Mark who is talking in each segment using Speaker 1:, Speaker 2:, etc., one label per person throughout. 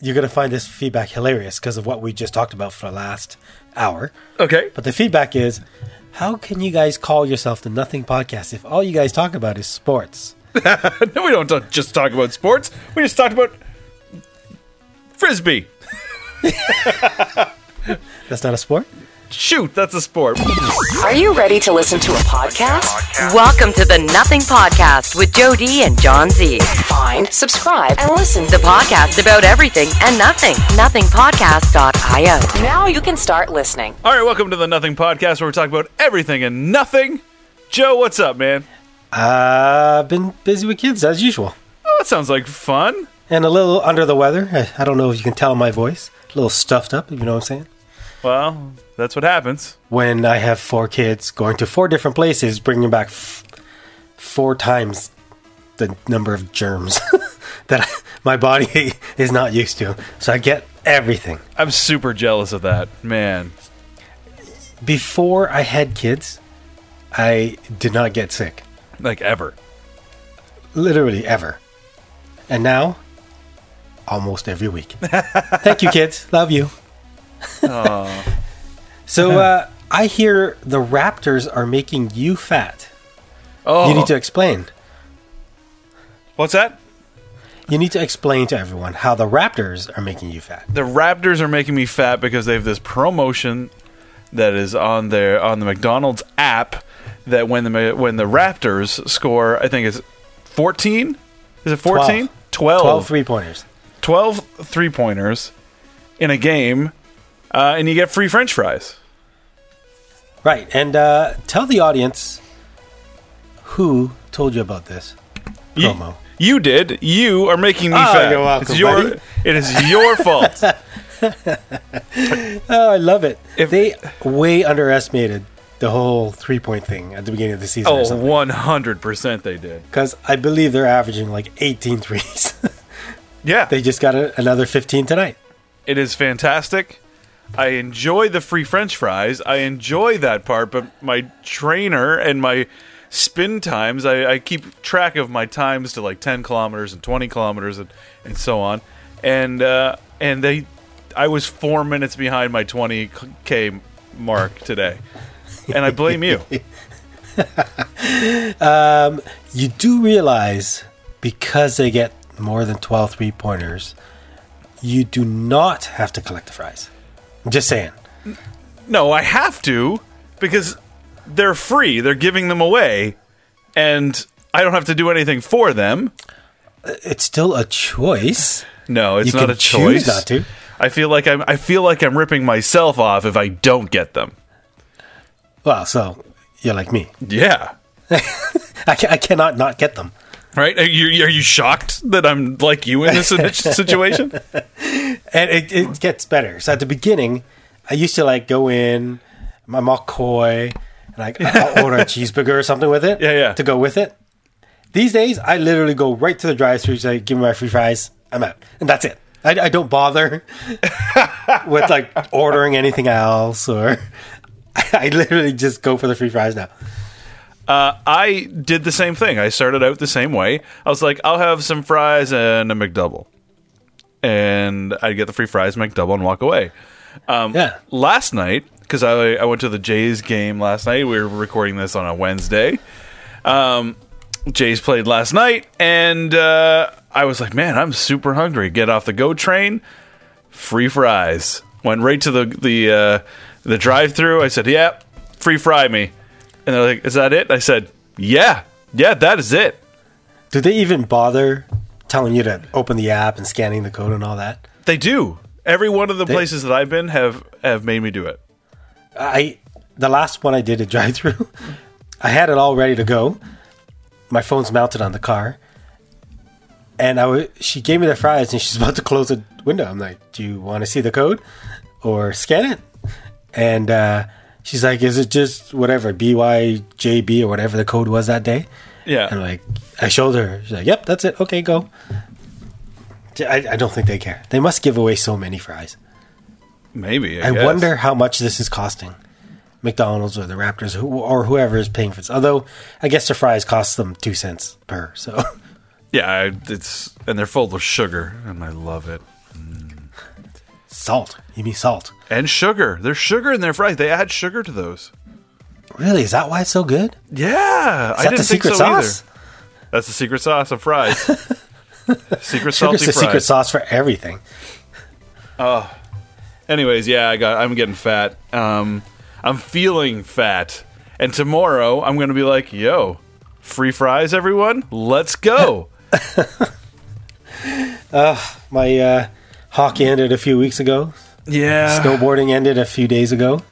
Speaker 1: you're going to find this feedback hilarious because of what we just talked about for the last hour.
Speaker 2: Okay.
Speaker 1: But the feedback is how can you guys call yourself the Nothing Podcast if all you guys talk about is sports?
Speaker 2: no, we don't t- just talk about sports. We just talked about frisbee.
Speaker 1: That's not a sport?
Speaker 2: Shoot, that's a sport.
Speaker 3: Are you ready to listen to a podcast? Welcome to the Nothing Podcast with Jody and John Z. Find, subscribe, and listen to podcasts about everything and nothing. Nothingpodcast.io. Now you can start listening.
Speaker 2: All right, welcome to the Nothing Podcast, where we talk about everything and nothing. Joe, what's up, man?
Speaker 1: Uh, been busy with kids as usual.
Speaker 2: Oh, that sounds like fun.
Speaker 1: And a little under the weather. I- I don't know if you can tell my voice. A little stuffed up, if you know what I'm saying.
Speaker 2: Well, that's what happens.
Speaker 1: When I have four kids going to four different places, bringing back f- four times the number of germs that my body is not used to. So I get everything.
Speaker 2: I'm super jealous of that, man.
Speaker 1: Before I had kids, I did not get sick,
Speaker 2: Like ever.
Speaker 1: literally ever. And now, almost every week. Thank you, kids. Love you. so uh, I hear the Raptors are making you fat.
Speaker 2: Oh,
Speaker 1: You need to explain.
Speaker 2: what's that?
Speaker 1: You need to explain to everyone how the Raptors are making you fat.
Speaker 2: The Raptors are making me fat because they have this promotion that is on their on the McDonald's app that when the Ma- when the Raptors score, I think it's 14. Is it 14? 12.
Speaker 1: 12 three pointers.
Speaker 2: 12 three pointers in a game, uh, and you get free French fries.
Speaker 1: Right. And uh, tell the audience who told you about this
Speaker 2: You-
Speaker 1: promo.
Speaker 2: You, did. You are making me
Speaker 1: Oh,
Speaker 2: fat.
Speaker 1: you're welcome,
Speaker 2: it's your,
Speaker 1: buddy.
Speaker 2: It is your fault.
Speaker 1: Oh, I love it.
Speaker 2: If-
Speaker 1: they way underestimated the whole three point thing at the beginning of the season or
Speaker 2: Oh,
Speaker 1: something.
Speaker 2: 100% they did.
Speaker 1: Because I believe they're averaging like 18 threes.
Speaker 2: Yeah.
Speaker 1: they just got a, another 15 tonight.
Speaker 2: It is fantastic. I enjoy the free French fries. I enjoy that part, but my trainer and my spin times, I, I keep track of my times to like ten kilometers and twenty kilometers and, and so on. And uh, and they, I was four minutes behind my twenty k mark today, and I blame you.
Speaker 1: You do realize because they get more than 12 three pointers, you do not have to collect the fries. I'm just saying.
Speaker 2: No, I have to because they're free. They're giving them away, and I don't have to do anything for them.
Speaker 1: It's still a choice.
Speaker 2: No, it's
Speaker 1: You
Speaker 2: not
Speaker 1: can
Speaker 2: a choice.
Speaker 1: choose not to.
Speaker 2: I feel like I'm. I feel like I'm ripping myself off if I don't get them.
Speaker 1: Well, so you're like me.
Speaker 2: Yeah.
Speaker 1: I, ca- I cannot not get them.
Speaker 2: Right? Are you, are you shocked that I'm like you in this situ- situation?
Speaker 1: And it, it gets better. So at the beginning, I used to like go in, I'm all coy, and like I'll order a cheeseburger or something with it.
Speaker 2: Yeah, yeah.
Speaker 1: To go with it. These days, I literally go right to the drive-thru, say, "Give me my free fries." I'm out, and that's it. I, I don't bother with like ordering anything else, or I literally just go for the free fries now.
Speaker 2: Uh, I did the same thing. I started out the same way. I was like, I'll have some fries and a McDouble, and I'd get the free fries, McDouble, and walk away. Um,
Speaker 1: Yeah,
Speaker 2: last night because I, I went to the Jays game last night. We were recording this on a Wednesday. Um, Jays played last night, and uh, I was like, "Man, I'm super hungry." Get off the go train. Free fries. Went right to the the uh, the drive through. I said, "Yep, free fry me." And they're like, "Is that it?" I said, "Yeah, yeah, that is it."
Speaker 1: do they even bother telling you to open the app and scanning the code and all that?
Speaker 2: They do. Every one of the places that I've been have have made me do it.
Speaker 1: I the last one I did a drive through, I had it all ready to go. My phone's mounted on the car, and I wa- she gave me the fries and she's about to close the window. I'm like, "Do you want to see the code or scan it?" And uh, she's like, "Is it just whatever BYJB or whatever the code was that day?"
Speaker 2: Yeah.
Speaker 1: And like, I showed her. She's like, "Yep, that's it. Okay, go." I, I don't think they care. They must give away so many fries.
Speaker 2: Maybe. I,
Speaker 1: I
Speaker 2: guess.
Speaker 1: wonder how much this is costing McDonald's or the Raptors who, or whoever is paying for this. Although I guess the fries cost them two cents per. So
Speaker 2: Yeah, I- it's and they're full of sugar, and I love it. Mm.
Speaker 1: Salt. You mean salt?
Speaker 2: And sugar. There's sugar in their fries. They add sugar to those.
Speaker 1: Really? Is that why it's so good?
Speaker 2: Yeah,
Speaker 1: Is that the secret sauce?
Speaker 2: either. That's the secret sauce of fries. secret
Speaker 1: Sugar's
Speaker 2: salty
Speaker 1: the
Speaker 2: fries.
Speaker 1: secret sauce for everything.
Speaker 2: Anyways, yeah, I got. I'm getting fat. Um, I'm feeling fat, and tomorrow I'm gonna be like, "Yo, free fries, everyone! Let's go!"
Speaker 1: My uh, hockey ended a few weeks ago.
Speaker 2: yeah,
Speaker 1: Snowboarding ended a few days ago.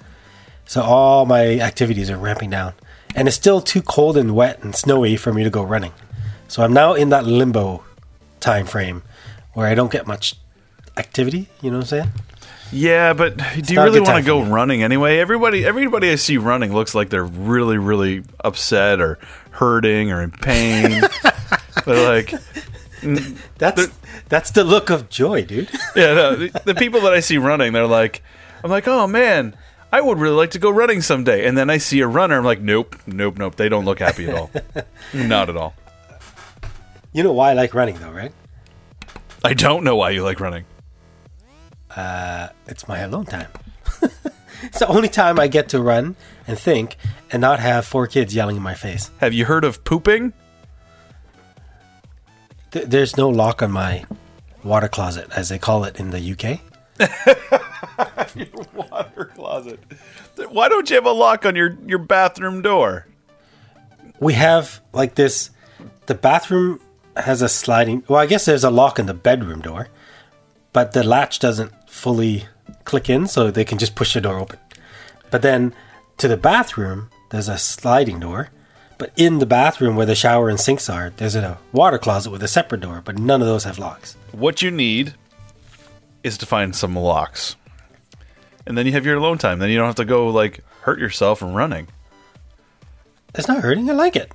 Speaker 1: So all my activities are ramping down. And it's still too cold and wet and snowy for me to go running. So I'm now in that limbo time frame where I don't get much activity, you know what I'm saying?
Speaker 2: yeah, but do you
Speaker 1: not a good
Speaker 2: really want
Speaker 1: time
Speaker 2: to
Speaker 1: for
Speaker 2: go running anyway? Everybody, everybody I see running looks like they're really, really upset or hurting or in pain. they're like,
Speaker 1: That's that's the look of joy, dude.
Speaker 2: yeah, no, the, the people that I see running, they're like, I'm like, oh man, I would really like to go running someday. And then I see a runner, I'm like, nope, nope, nope. They don't look happy at all. Not at all.
Speaker 1: You know why I like running though, right?
Speaker 2: I don't know why you like running.
Speaker 1: It's my alone time. it's the only time I get to run and think and not have four kids yelling in my face.
Speaker 2: Have you heard of pooping?
Speaker 1: Th- there's no lock on my water closet, as they call it in the UK.
Speaker 2: Water closet. Why don't you have a lock on your, your bathroom door?
Speaker 1: We have like this. The bathroom has a sliding. Well, I guess there's a lock in the bedroom door, but the latch doesn't fully click in, so they can just push the door open. But then to the bathroom, there's a sliding door. But in the bathroom where the shower and sinks are, there's a water closet with a separate door, but none of those have locks.
Speaker 2: What you need is to find some locks. And then you have your alone time. Then you don't have to go like hurt yourself from running.
Speaker 1: It's not hurting. I like it.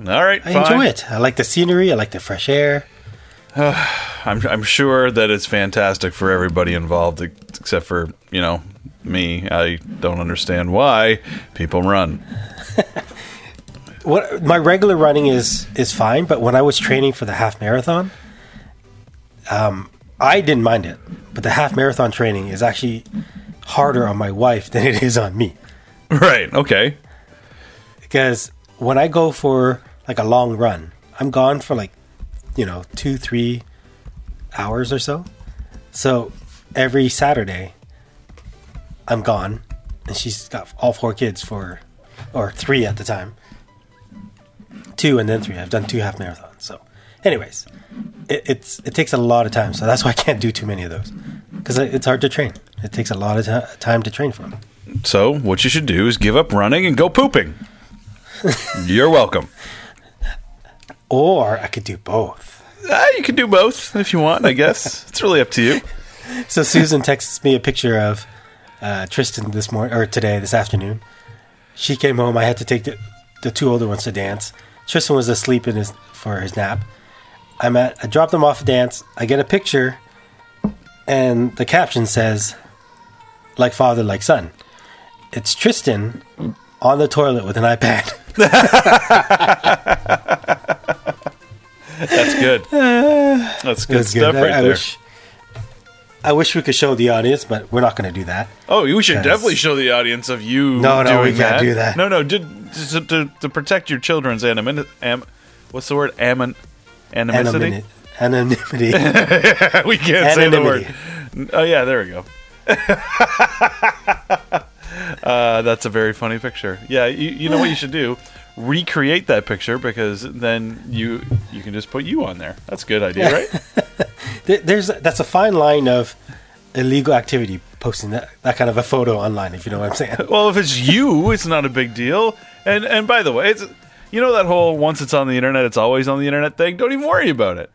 Speaker 2: All right,
Speaker 1: I
Speaker 2: fine.
Speaker 1: enjoy it. I like the scenery. I like the fresh air.
Speaker 2: I'm, I'm sure that it's fantastic for everybody involved, ex- except for, you know, me. I don't understand why people run.
Speaker 1: what my regular running is is fine, but when I was training for the half marathon, um, I didn't mind it. But the half marathon training is actually harder on my wife than it is on me
Speaker 2: Right. Okay.
Speaker 1: because when I go for like a long run, I'm gone for like you know two three hours or so. So every Saturday, I'm gone, and she's got all four kids for, or three at the time, two and then three. I've done two half marathons. So, anyways, it, it's it takes a lot of time, so that's why I can't do too many of those because it's hard to train. It takes a lot of ti- time to train for them.
Speaker 2: So, what you should do is give up running and go pooping. You're welcome.
Speaker 1: Or I could do both.
Speaker 2: Ah, you can do both if you want, I guess. It's really up to you.
Speaker 1: So Susan texts me a picture of uh, Tristan this morning or today, this afternoon. She came home. I had to take the, the two older ones to dance. Tristan was asleep in his for his nap. I'm at. I drop them off at dance. I get a picture, and the caption says, "Like father, like son." It's Tristan on the toilet with an iPad.
Speaker 2: That's good. That's good
Speaker 1: That's
Speaker 2: stuff
Speaker 1: I-
Speaker 2: right
Speaker 1: I
Speaker 2: there.
Speaker 1: wish. I wish we could show the audience, but we're not going to do that.
Speaker 2: oh, we should
Speaker 1: Yes.
Speaker 2: definitely show the audience of you.
Speaker 1: No, no, we
Speaker 2: doing
Speaker 1: can't do that.
Speaker 2: No, no, ju- just to, to, to protect your children's anonymity. Am, what's the word? Amin, animicity.
Speaker 1: Anonymity. Anonymity.
Speaker 2: we can't say
Speaker 1: Anonymity.
Speaker 2: the word. Oh yeah, there we go. uh, that's a very funny picture. Yeah, you, you know what you should do? Recreate that picture because then you you can just put you on there. That's a good idea, right?
Speaker 1: There- there's that's a fine line of illegal activity posting that, that kind of a photo online if you know what i'm saying
Speaker 2: well, if it's you, it's not a big deal. And and by the way, it's you know that whole once it's on the internet, it's always on the internet thing. Don't even worry about it.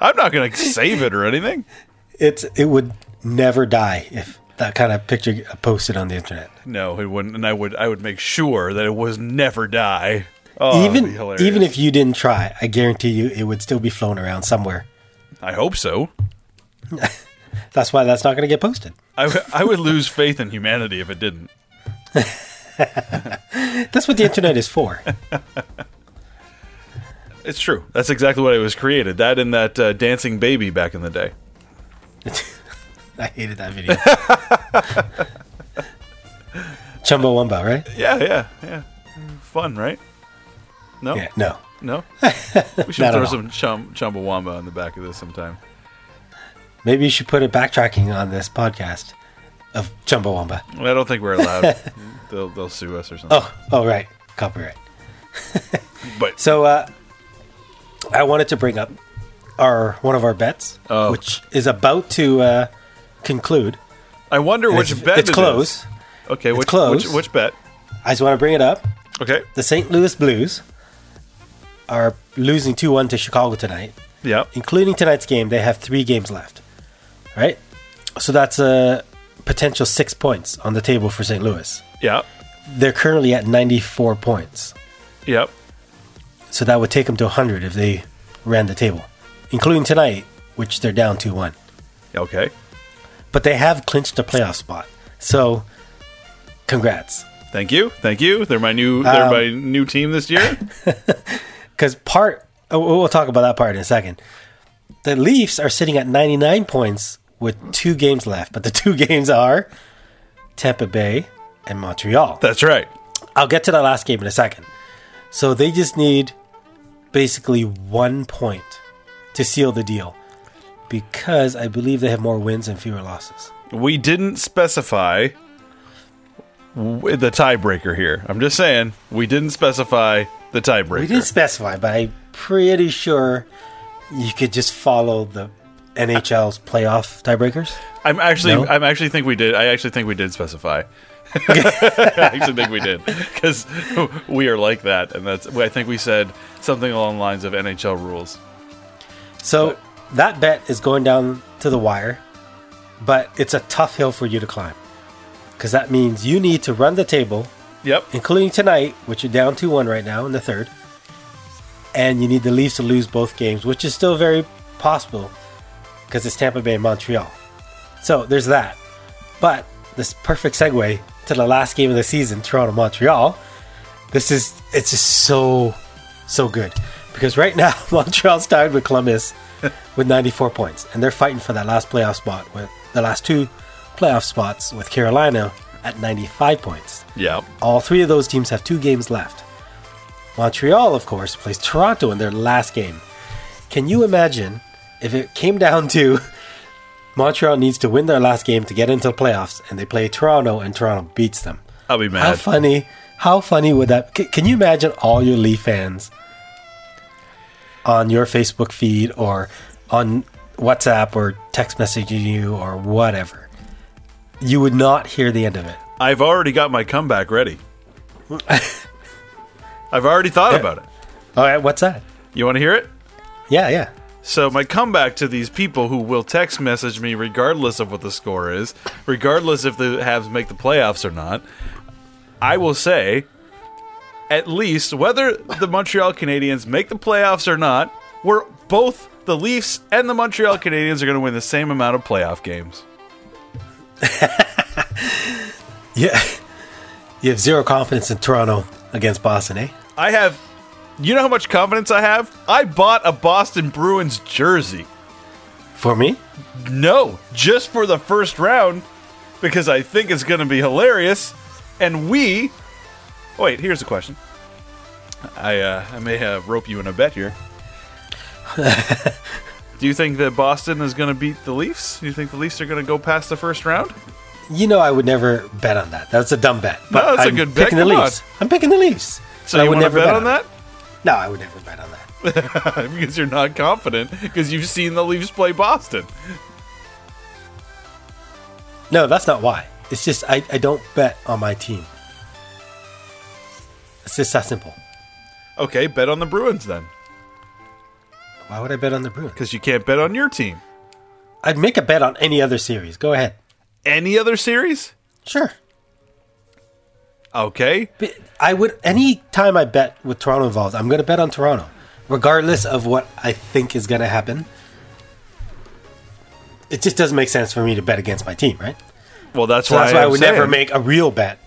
Speaker 2: I'm not gonna save it or anything.
Speaker 1: it's it would never die if that kind of picture got posted on the internet
Speaker 2: No, it wouldn't, and I would I would make sure that it was never die. Oh, that'd be
Speaker 1: even
Speaker 2: hilarious.
Speaker 1: even if you didn't try i guarantee you it would still be flown around somewhere
Speaker 2: I hope so.
Speaker 1: that's why that's not going to get posted
Speaker 2: I, w- I would lose faith in humanity if it didn't.
Speaker 1: that's what the internet is for
Speaker 2: It's true. That's exactly what it was created. That and that uh, dancing baby back in the day.
Speaker 1: I hated that video. Chumbo Wumba, right?
Speaker 2: Yeah, yeah, yeah. Fun, right? No,
Speaker 1: Yeah, no.
Speaker 2: no. We
Speaker 1: Not
Speaker 2: should
Speaker 1: at
Speaker 2: throw
Speaker 1: all.
Speaker 2: some chum- chumbawamba on the back of this sometime.
Speaker 1: Maybe you should put a backtracking on this podcast of Chumbo Wumba.
Speaker 2: I don't think we're allowed. they'll they'll sue us or something.
Speaker 1: Oh, oh, right. Copyright.
Speaker 2: But
Speaker 1: So uh, I wanted to bring up our one of our bets,
Speaker 2: Oh.
Speaker 1: which is about to uh, conclude.
Speaker 2: I wonder which
Speaker 1: it's,
Speaker 2: bet
Speaker 1: it's
Speaker 2: it is.
Speaker 1: close.
Speaker 2: Okay, which,
Speaker 1: close.
Speaker 2: which which bet?
Speaker 1: I just want to bring it up.
Speaker 2: Okay.
Speaker 1: The St. Louis Blues are losing two one to Chicago tonight.
Speaker 2: Yeah.
Speaker 1: Including tonight's game, they have three games left. Right, so that's a potential six points on the table for St. Louis.
Speaker 2: Yeah.
Speaker 1: They're currently at ninety four points.
Speaker 2: Yep.
Speaker 1: So that would take them to 100 if they ran the table, including tonight, which they're down 2 1.
Speaker 2: Okay.
Speaker 1: But they have clinched a playoff spot. So congrats.
Speaker 2: Thank you. Thank you. They're my new they're
Speaker 1: Um,
Speaker 2: my new team this year.
Speaker 1: Because part, oh, we'll we'll talk about that part in a second. The Leafs are sitting at 99 points with two games left, but the two games are Tampa Bay and Montreal.
Speaker 2: That's right.
Speaker 1: I'll get to that last game in a second. So they just need basically one point to seal the deal because I believe they have more wins and fewer losses.
Speaker 2: We didn't specify w- the tiebreaker here. I'm just saying we didn't specify the tiebreaker.
Speaker 1: We didn't specify, but I'm pretty sure you could just follow the NHL's playoff tiebreakers.
Speaker 2: I'm actually,
Speaker 1: No?
Speaker 2: I'm actually think we did. I actually think we did specify. I actually think we did because we are like that, and that's. I think we said something along the lines of NHL rules.
Speaker 1: So that bet is going down to the wire, but it's a tough hill for you to climb because that means you need to run the table
Speaker 2: Yep.
Speaker 1: including tonight, which are down 2 1 right now in the third. And you need the Leafs to lose both games, which is still very possible because it's Tampa Bay and Montreal. So there's that. But this perfect segue to the last game of the season, Toronto Montreal. This is, it's just so, so good. Because right now, Montreal's tied with Columbus with 94 points. And they're fighting for that last playoff spot with the last two playoff spots with Carolina at 95 points.
Speaker 2: Yep.
Speaker 1: All three of those teams have two games left. Montreal, of course, plays Toronto in their last game. Can you imagine if it came down to Montreal needs to win their last game to get into the playoffs and they play Toronto and Toronto beats them?
Speaker 2: I'll be
Speaker 1: How
Speaker 2: mad.
Speaker 1: funny. How funny would that c- Can you imagine all your Leaf fans on your Facebook feed or on WhatsApp or text messaging you or whatever? You would not hear the end of it.
Speaker 2: I've already got my comeback ready. I've already thought about it.
Speaker 1: All right, what's that?
Speaker 2: You want to hear it?
Speaker 1: Yeah, yeah.
Speaker 2: So my comeback to these people who will text message me regardless of what the score is, regardless if the Habs make the playoffs or not, I will say at least whether the Montreal Canadiens make the playoffs or not, we're both the Leafs and the Montreal Canadiens are going to win the same amount of playoff games.
Speaker 1: Yeah. You have zero confidence in Toronto against Boston, eh?
Speaker 2: I have you know how much confidence I have? I bought a Boston Bruins jersey.
Speaker 1: For me?
Speaker 2: No, just for the first round because I think it's going to be hilarious. And we. Oh, wait, here's a question. I uh, I may uh, rope you in a bet here. Do you think that Boston is going to beat the Leafs? Do you think the Leafs are going to go past the first round?
Speaker 1: You know I would never bet on that. That's a dumb bet.
Speaker 2: No, that's a
Speaker 1: I'm
Speaker 2: good bet.
Speaker 1: Picking the
Speaker 2: Come on.
Speaker 1: Leafs. I'm picking the Leafs.
Speaker 2: So
Speaker 1: And I
Speaker 2: you
Speaker 1: would
Speaker 2: want to
Speaker 1: never
Speaker 2: bet, on that?
Speaker 1: it. No, I would never bet on that.
Speaker 2: because you're not confident because you've seen the Leafs play Boston.
Speaker 1: No, that's not why. It's just I, I don't bet on my team. It's just that simple.
Speaker 2: Okay, bet on the Bruins then
Speaker 1: Why would I bet on the Bruins?
Speaker 2: because you can't bet on your team.
Speaker 1: I'd make a bet on any other series. Go ahead.
Speaker 2: Any other series?
Speaker 1: Sure.
Speaker 2: Okay.
Speaker 1: But I would any time I bet with Toronto involved, I'm going to bet on Toronto, regardless of what I think is going to happen. It just doesn't make sense for me to bet against my team, right?
Speaker 2: Well, that's
Speaker 1: So
Speaker 2: why
Speaker 1: that's why I
Speaker 2: I'm
Speaker 1: would never
Speaker 2: saying-
Speaker 1: make a real bet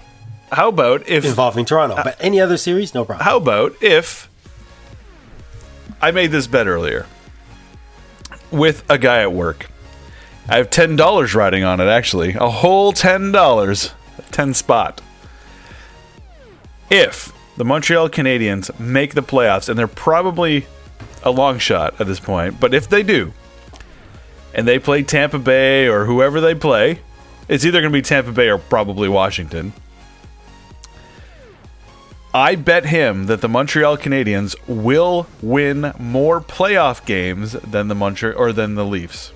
Speaker 2: How about if
Speaker 1: involving Toronto. But any other series, no problem.
Speaker 2: Uh, how about if I made this bet earlier with a guy at work I have ten dollars riding on it. Actually, a whole ten dollars, ten spot. If the Montreal Canadiens make the playoffs, and they're probably a long shot at this point, but if they do, and they play Tampa Bay or whoever they play, it's either going to be Tampa Bay or probably Washington. I bet him that the Montreal Canadiens will win more playoff games than the Montreal or than the Leafs.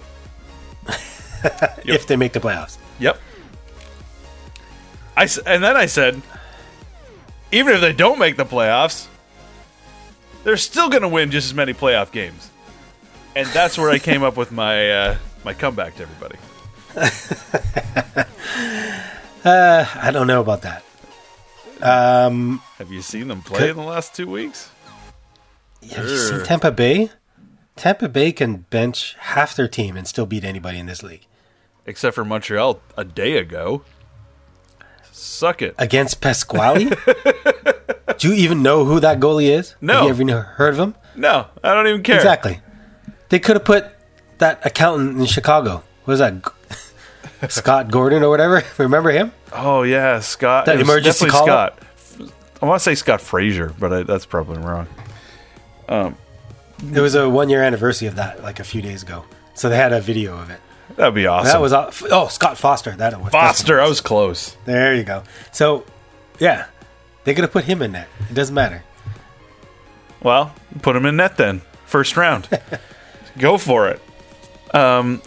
Speaker 1: if they make the playoffs.
Speaker 2: Yep. I s- and then I said, even if they don't make the playoffs, they're still going to win just as many playoff games. And that's where I came up with my uh, my comeback to everybody.
Speaker 1: Uh, I don't know about that.
Speaker 2: Have you seen them play in the last two weeks?
Speaker 1: Have you seen
Speaker 2: Sure.
Speaker 1: Tampa Bay? Tampa Bay can bench half their team and still beat anybody in this league
Speaker 2: Except for Montreal a day ago. Suck it.
Speaker 1: against Pasquale. Do you even know who that goalie is?
Speaker 2: No.
Speaker 1: Have you ever even heard of him?
Speaker 2: No, I don't even care.
Speaker 1: Exactly. They could have put that accountant in Chicago. What was that? G- Scott Gordon or whatever. Remember him?
Speaker 2: Oh yeah, Scott.
Speaker 1: That
Speaker 2: it was
Speaker 1: emergency
Speaker 2: definitely
Speaker 1: call-up?
Speaker 2: Scott. I want to say Scott Frazier, but I, that's probably wrong.
Speaker 1: It was a one year anniversary of that, like a few days ago. So they had a video of it.
Speaker 2: That'd be awesome.
Speaker 1: That was aw- f- oh Scott Foster. That was
Speaker 2: Foster. I was close.
Speaker 1: There you go. So, yeah, they could have put him in that. It doesn't matter.
Speaker 2: Well, put him in net then. First round. Go for it. Um.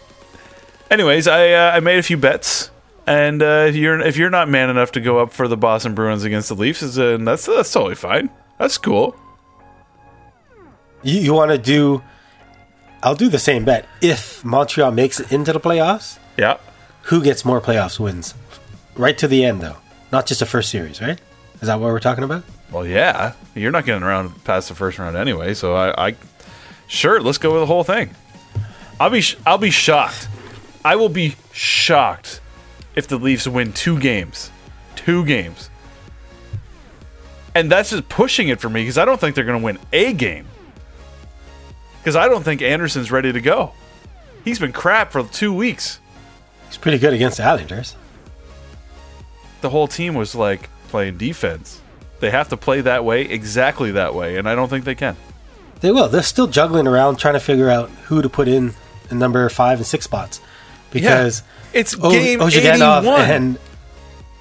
Speaker 2: Anyways, I uh, I made a few bets, and uh, if you're if you're not man enough to go up for the Boston Bruins against the Leafs, is uh, that's that's totally fine. That's cool.
Speaker 1: You, you want to do? I'll do the same bet. If Montreal makes it into the playoffs,
Speaker 2: Yeah.
Speaker 1: who gets more playoffs wins? Right to the end, though, not just the first series. Right? Is that what we're talking about?
Speaker 2: Well, yeah. You're not getting around past the first round anyway, so I, I sure let's go with the whole thing. I'll be sh- I'll be shocked. I will be shocked if the Leafs win two games, two games, and that's just pushing it for me because I don't think they're going to win a game. Because I don't think Anderson's ready to go. He's been crap for two weeks.
Speaker 1: He's pretty good against the Islanders.
Speaker 2: the whole team was like playing defense. They have to play that way, exactly that way, and I don't think they can.
Speaker 1: They will. They're still juggling around trying to figure out who to put in the number five and six spots because
Speaker 2: It's
Speaker 1: O-
Speaker 2: game
Speaker 1: Ozhiganov
Speaker 2: 81.
Speaker 1: and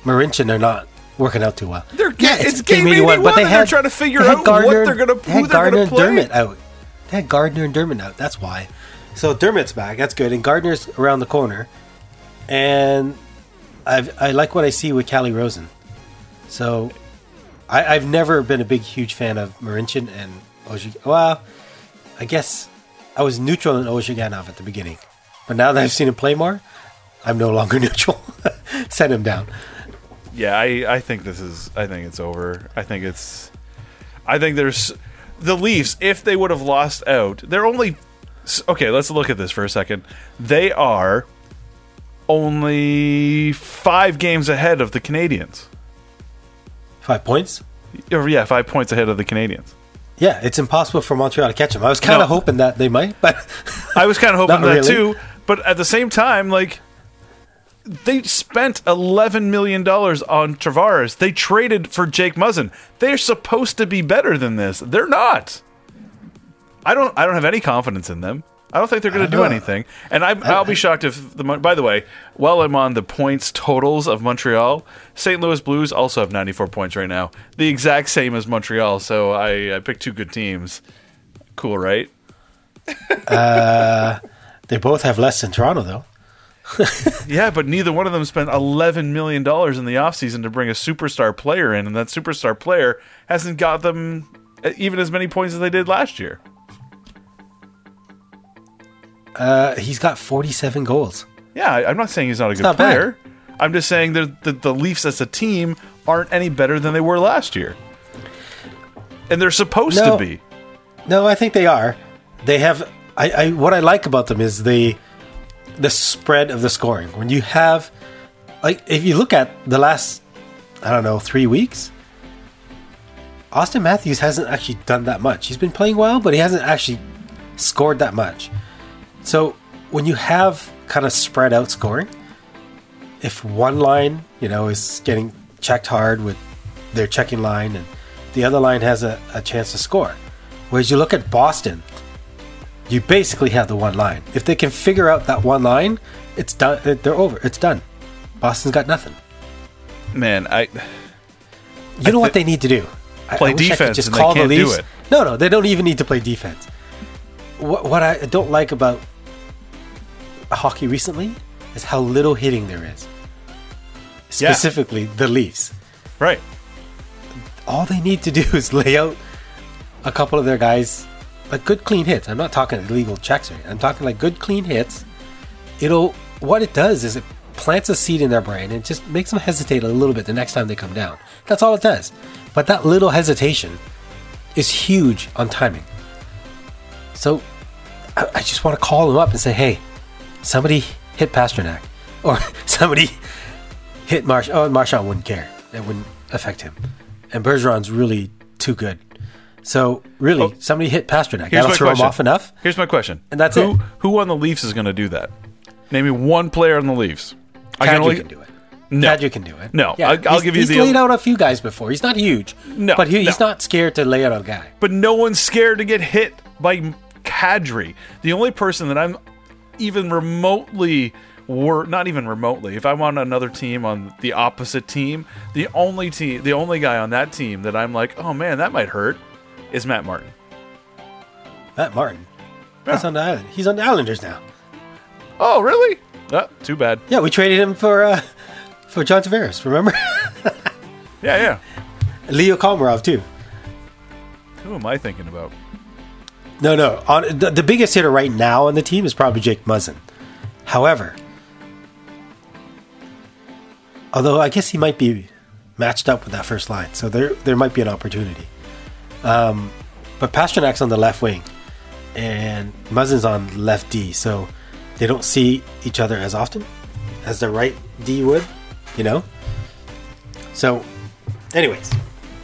Speaker 1: Marincin are not working out too well.
Speaker 2: They're ga- it's game 81, and they're trying to figure
Speaker 1: they had
Speaker 2: out what they're gonna-
Speaker 1: they had
Speaker 2: who they're
Speaker 1: Gardner
Speaker 2: gonna play.
Speaker 1: and Dermott out. They had Gardner and Dermott out. That's why. So Dermott's back. That's good. And Gardner's around the corner. And I've, I like what I see with Callie Rosen. So I, I've never been a big, huge fan of Marincin and Ozhiganov. Well, I guess I was neutral in Ozhiganov at the beginning. But now that I've seen him play more, I'm no longer neutral. Send him down.
Speaker 2: Yeah, I, I think this is. I think it's over. I think it's. I think there's the Leafs. If they would have lost out, they're only. s- Okay, let's look at this for a second. They are only five games ahead of the Canadians.
Speaker 1: Five points?
Speaker 2: Or yeah, five points ahead of the Canadians.
Speaker 1: Yeah, it's impossible for Montreal to catch him. I was kind
Speaker 2: No.
Speaker 1: of hoping that they might, but
Speaker 2: I was kind of hoping
Speaker 1: Not
Speaker 2: that
Speaker 1: really.
Speaker 2: too, but at the same time, like they spent eleven million dollars on Tavares. They traded for Jake Muzzin. They're supposed to be better than this. They're not. I don't. I don't have any confidence in them. I don't think they're going to do
Speaker 1: know.
Speaker 2: anything. And I, I'll be shocked if the. Mon- By the way, while I'm on the points totals of Montreal, St. Louis Blues also have 94 points right now, the exact same as Montreal. So I, I picked two good teams. Cool, right?
Speaker 1: they both have less than Toronto, though.
Speaker 2: Yeah, but neither one of them spent $11 million in the offseason to bring a superstar player in, and that superstar player hasn't got them uh, even as many points as they did last year.
Speaker 1: Uh, he's got 47 goals.
Speaker 2: Yeah, I- I'm not saying he's not a good
Speaker 1: not bad.
Speaker 2: player. I'm just saying that the, the Leafs as a team aren't any better than they were last year. And they're supposed
Speaker 1: No.
Speaker 2: to be.
Speaker 1: No, I think they are. They have. I, I what I like about them is the the spread of the scoring. When you have, like, if you look at the last, I don't know, three weeks, Austin Matthews hasn't actually done that much. He's been playing well, but he hasn't actually scored that much. So when you have kind of spread out scoring, if one line, you know, is getting checked hard with their checking line and the other line has a, a chance to score. Whereas you look at Boston, you basically have the one line. If they can figure out that one line, it's done. They're over. It's done. Boston's got nothing.
Speaker 2: Man, I
Speaker 1: You know what they need to do? I,
Speaker 2: Play
Speaker 1: I wish I could
Speaker 2: defense and they can't do it.
Speaker 1: No, no, they don't even need to play defense. What, what I don't like about hockey recently is how little hitting there is.
Speaker 2: Yeah.
Speaker 1: Specifically, the Leafs.
Speaker 2: right.
Speaker 1: All they need to do is lay out a couple of their guys, like good clean hits. I'm not talking illegal checks or anything. I'm talking like good clean hits. It'll what it does is it plants a seed in their brain and just makes them hesitate a little bit the next time they come down. That's all it does. But that little hesitation is huge on timing. So I, I just want to call them up and say, hey, somebody hit Pasternak or somebody hit Marsh. Oh, and Marshawn wouldn't care. It wouldn't affect him. And Bergeron's really too good. So really,
Speaker 2: Oh.
Speaker 1: somebody hit Pasternak.
Speaker 2: Here's
Speaker 1: That'll
Speaker 2: my
Speaker 1: throw
Speaker 2: question.
Speaker 1: him off enough.
Speaker 2: Here's my question.
Speaker 1: And that's
Speaker 2: who
Speaker 1: it.
Speaker 2: who on the Leafs is going to do that? Name me one player on the Leafs. I
Speaker 1: Kadri
Speaker 2: only-
Speaker 1: can do it.
Speaker 2: No.
Speaker 1: Kadri can do it.
Speaker 2: No, I'll- I'll
Speaker 1: he's-
Speaker 2: give you
Speaker 1: he's
Speaker 2: the-
Speaker 1: laid out a few guys before. He's not huge.
Speaker 2: No,
Speaker 1: but he, he's
Speaker 2: no.
Speaker 1: not scared to lay out a guy.
Speaker 2: but no one's scared to get hit by Kadri. The only person that I'm even remotely were not even remotely. If I'm on another team on the opposite team, the only team, the only guy on that team that I'm like, oh man, that might hurt, is Matt Martin.
Speaker 1: Matt Martin. That's on the island. He's on the Islanders now.
Speaker 2: Oh really? Uh, too bad.
Speaker 1: Yeah, we traded him for uh, for John Tavares. Remember,
Speaker 2: Yeah, yeah.
Speaker 1: Leo Komarov too.
Speaker 2: Who am I thinking about?
Speaker 1: No, no. On the, the biggest hitter right now on the team is probably Jake Muzzin. However, although I guess he might be matched up with that first line, so there there might be an opportunity. Um, but Pasternak's on the left wing, and Muzzin's on left D, so they don't see each other as often as the right D would, you know. So, anyways,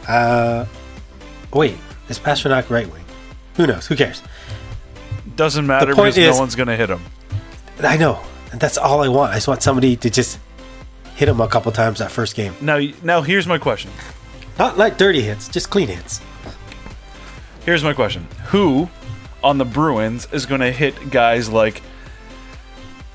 Speaker 1: uh, wait, is Pasternak right wing? Who knows? Who cares?
Speaker 2: Doesn't matter
Speaker 1: point
Speaker 2: because
Speaker 1: is-
Speaker 2: no one's gonna hit him.
Speaker 1: I know. And that's all I want. I just want somebody to just hit him a couple times that first game.
Speaker 2: Now, now here's my question.
Speaker 1: Not like dirty hits, just clean hits.
Speaker 2: Here's my question: Who on the Bruins is going to hit guys like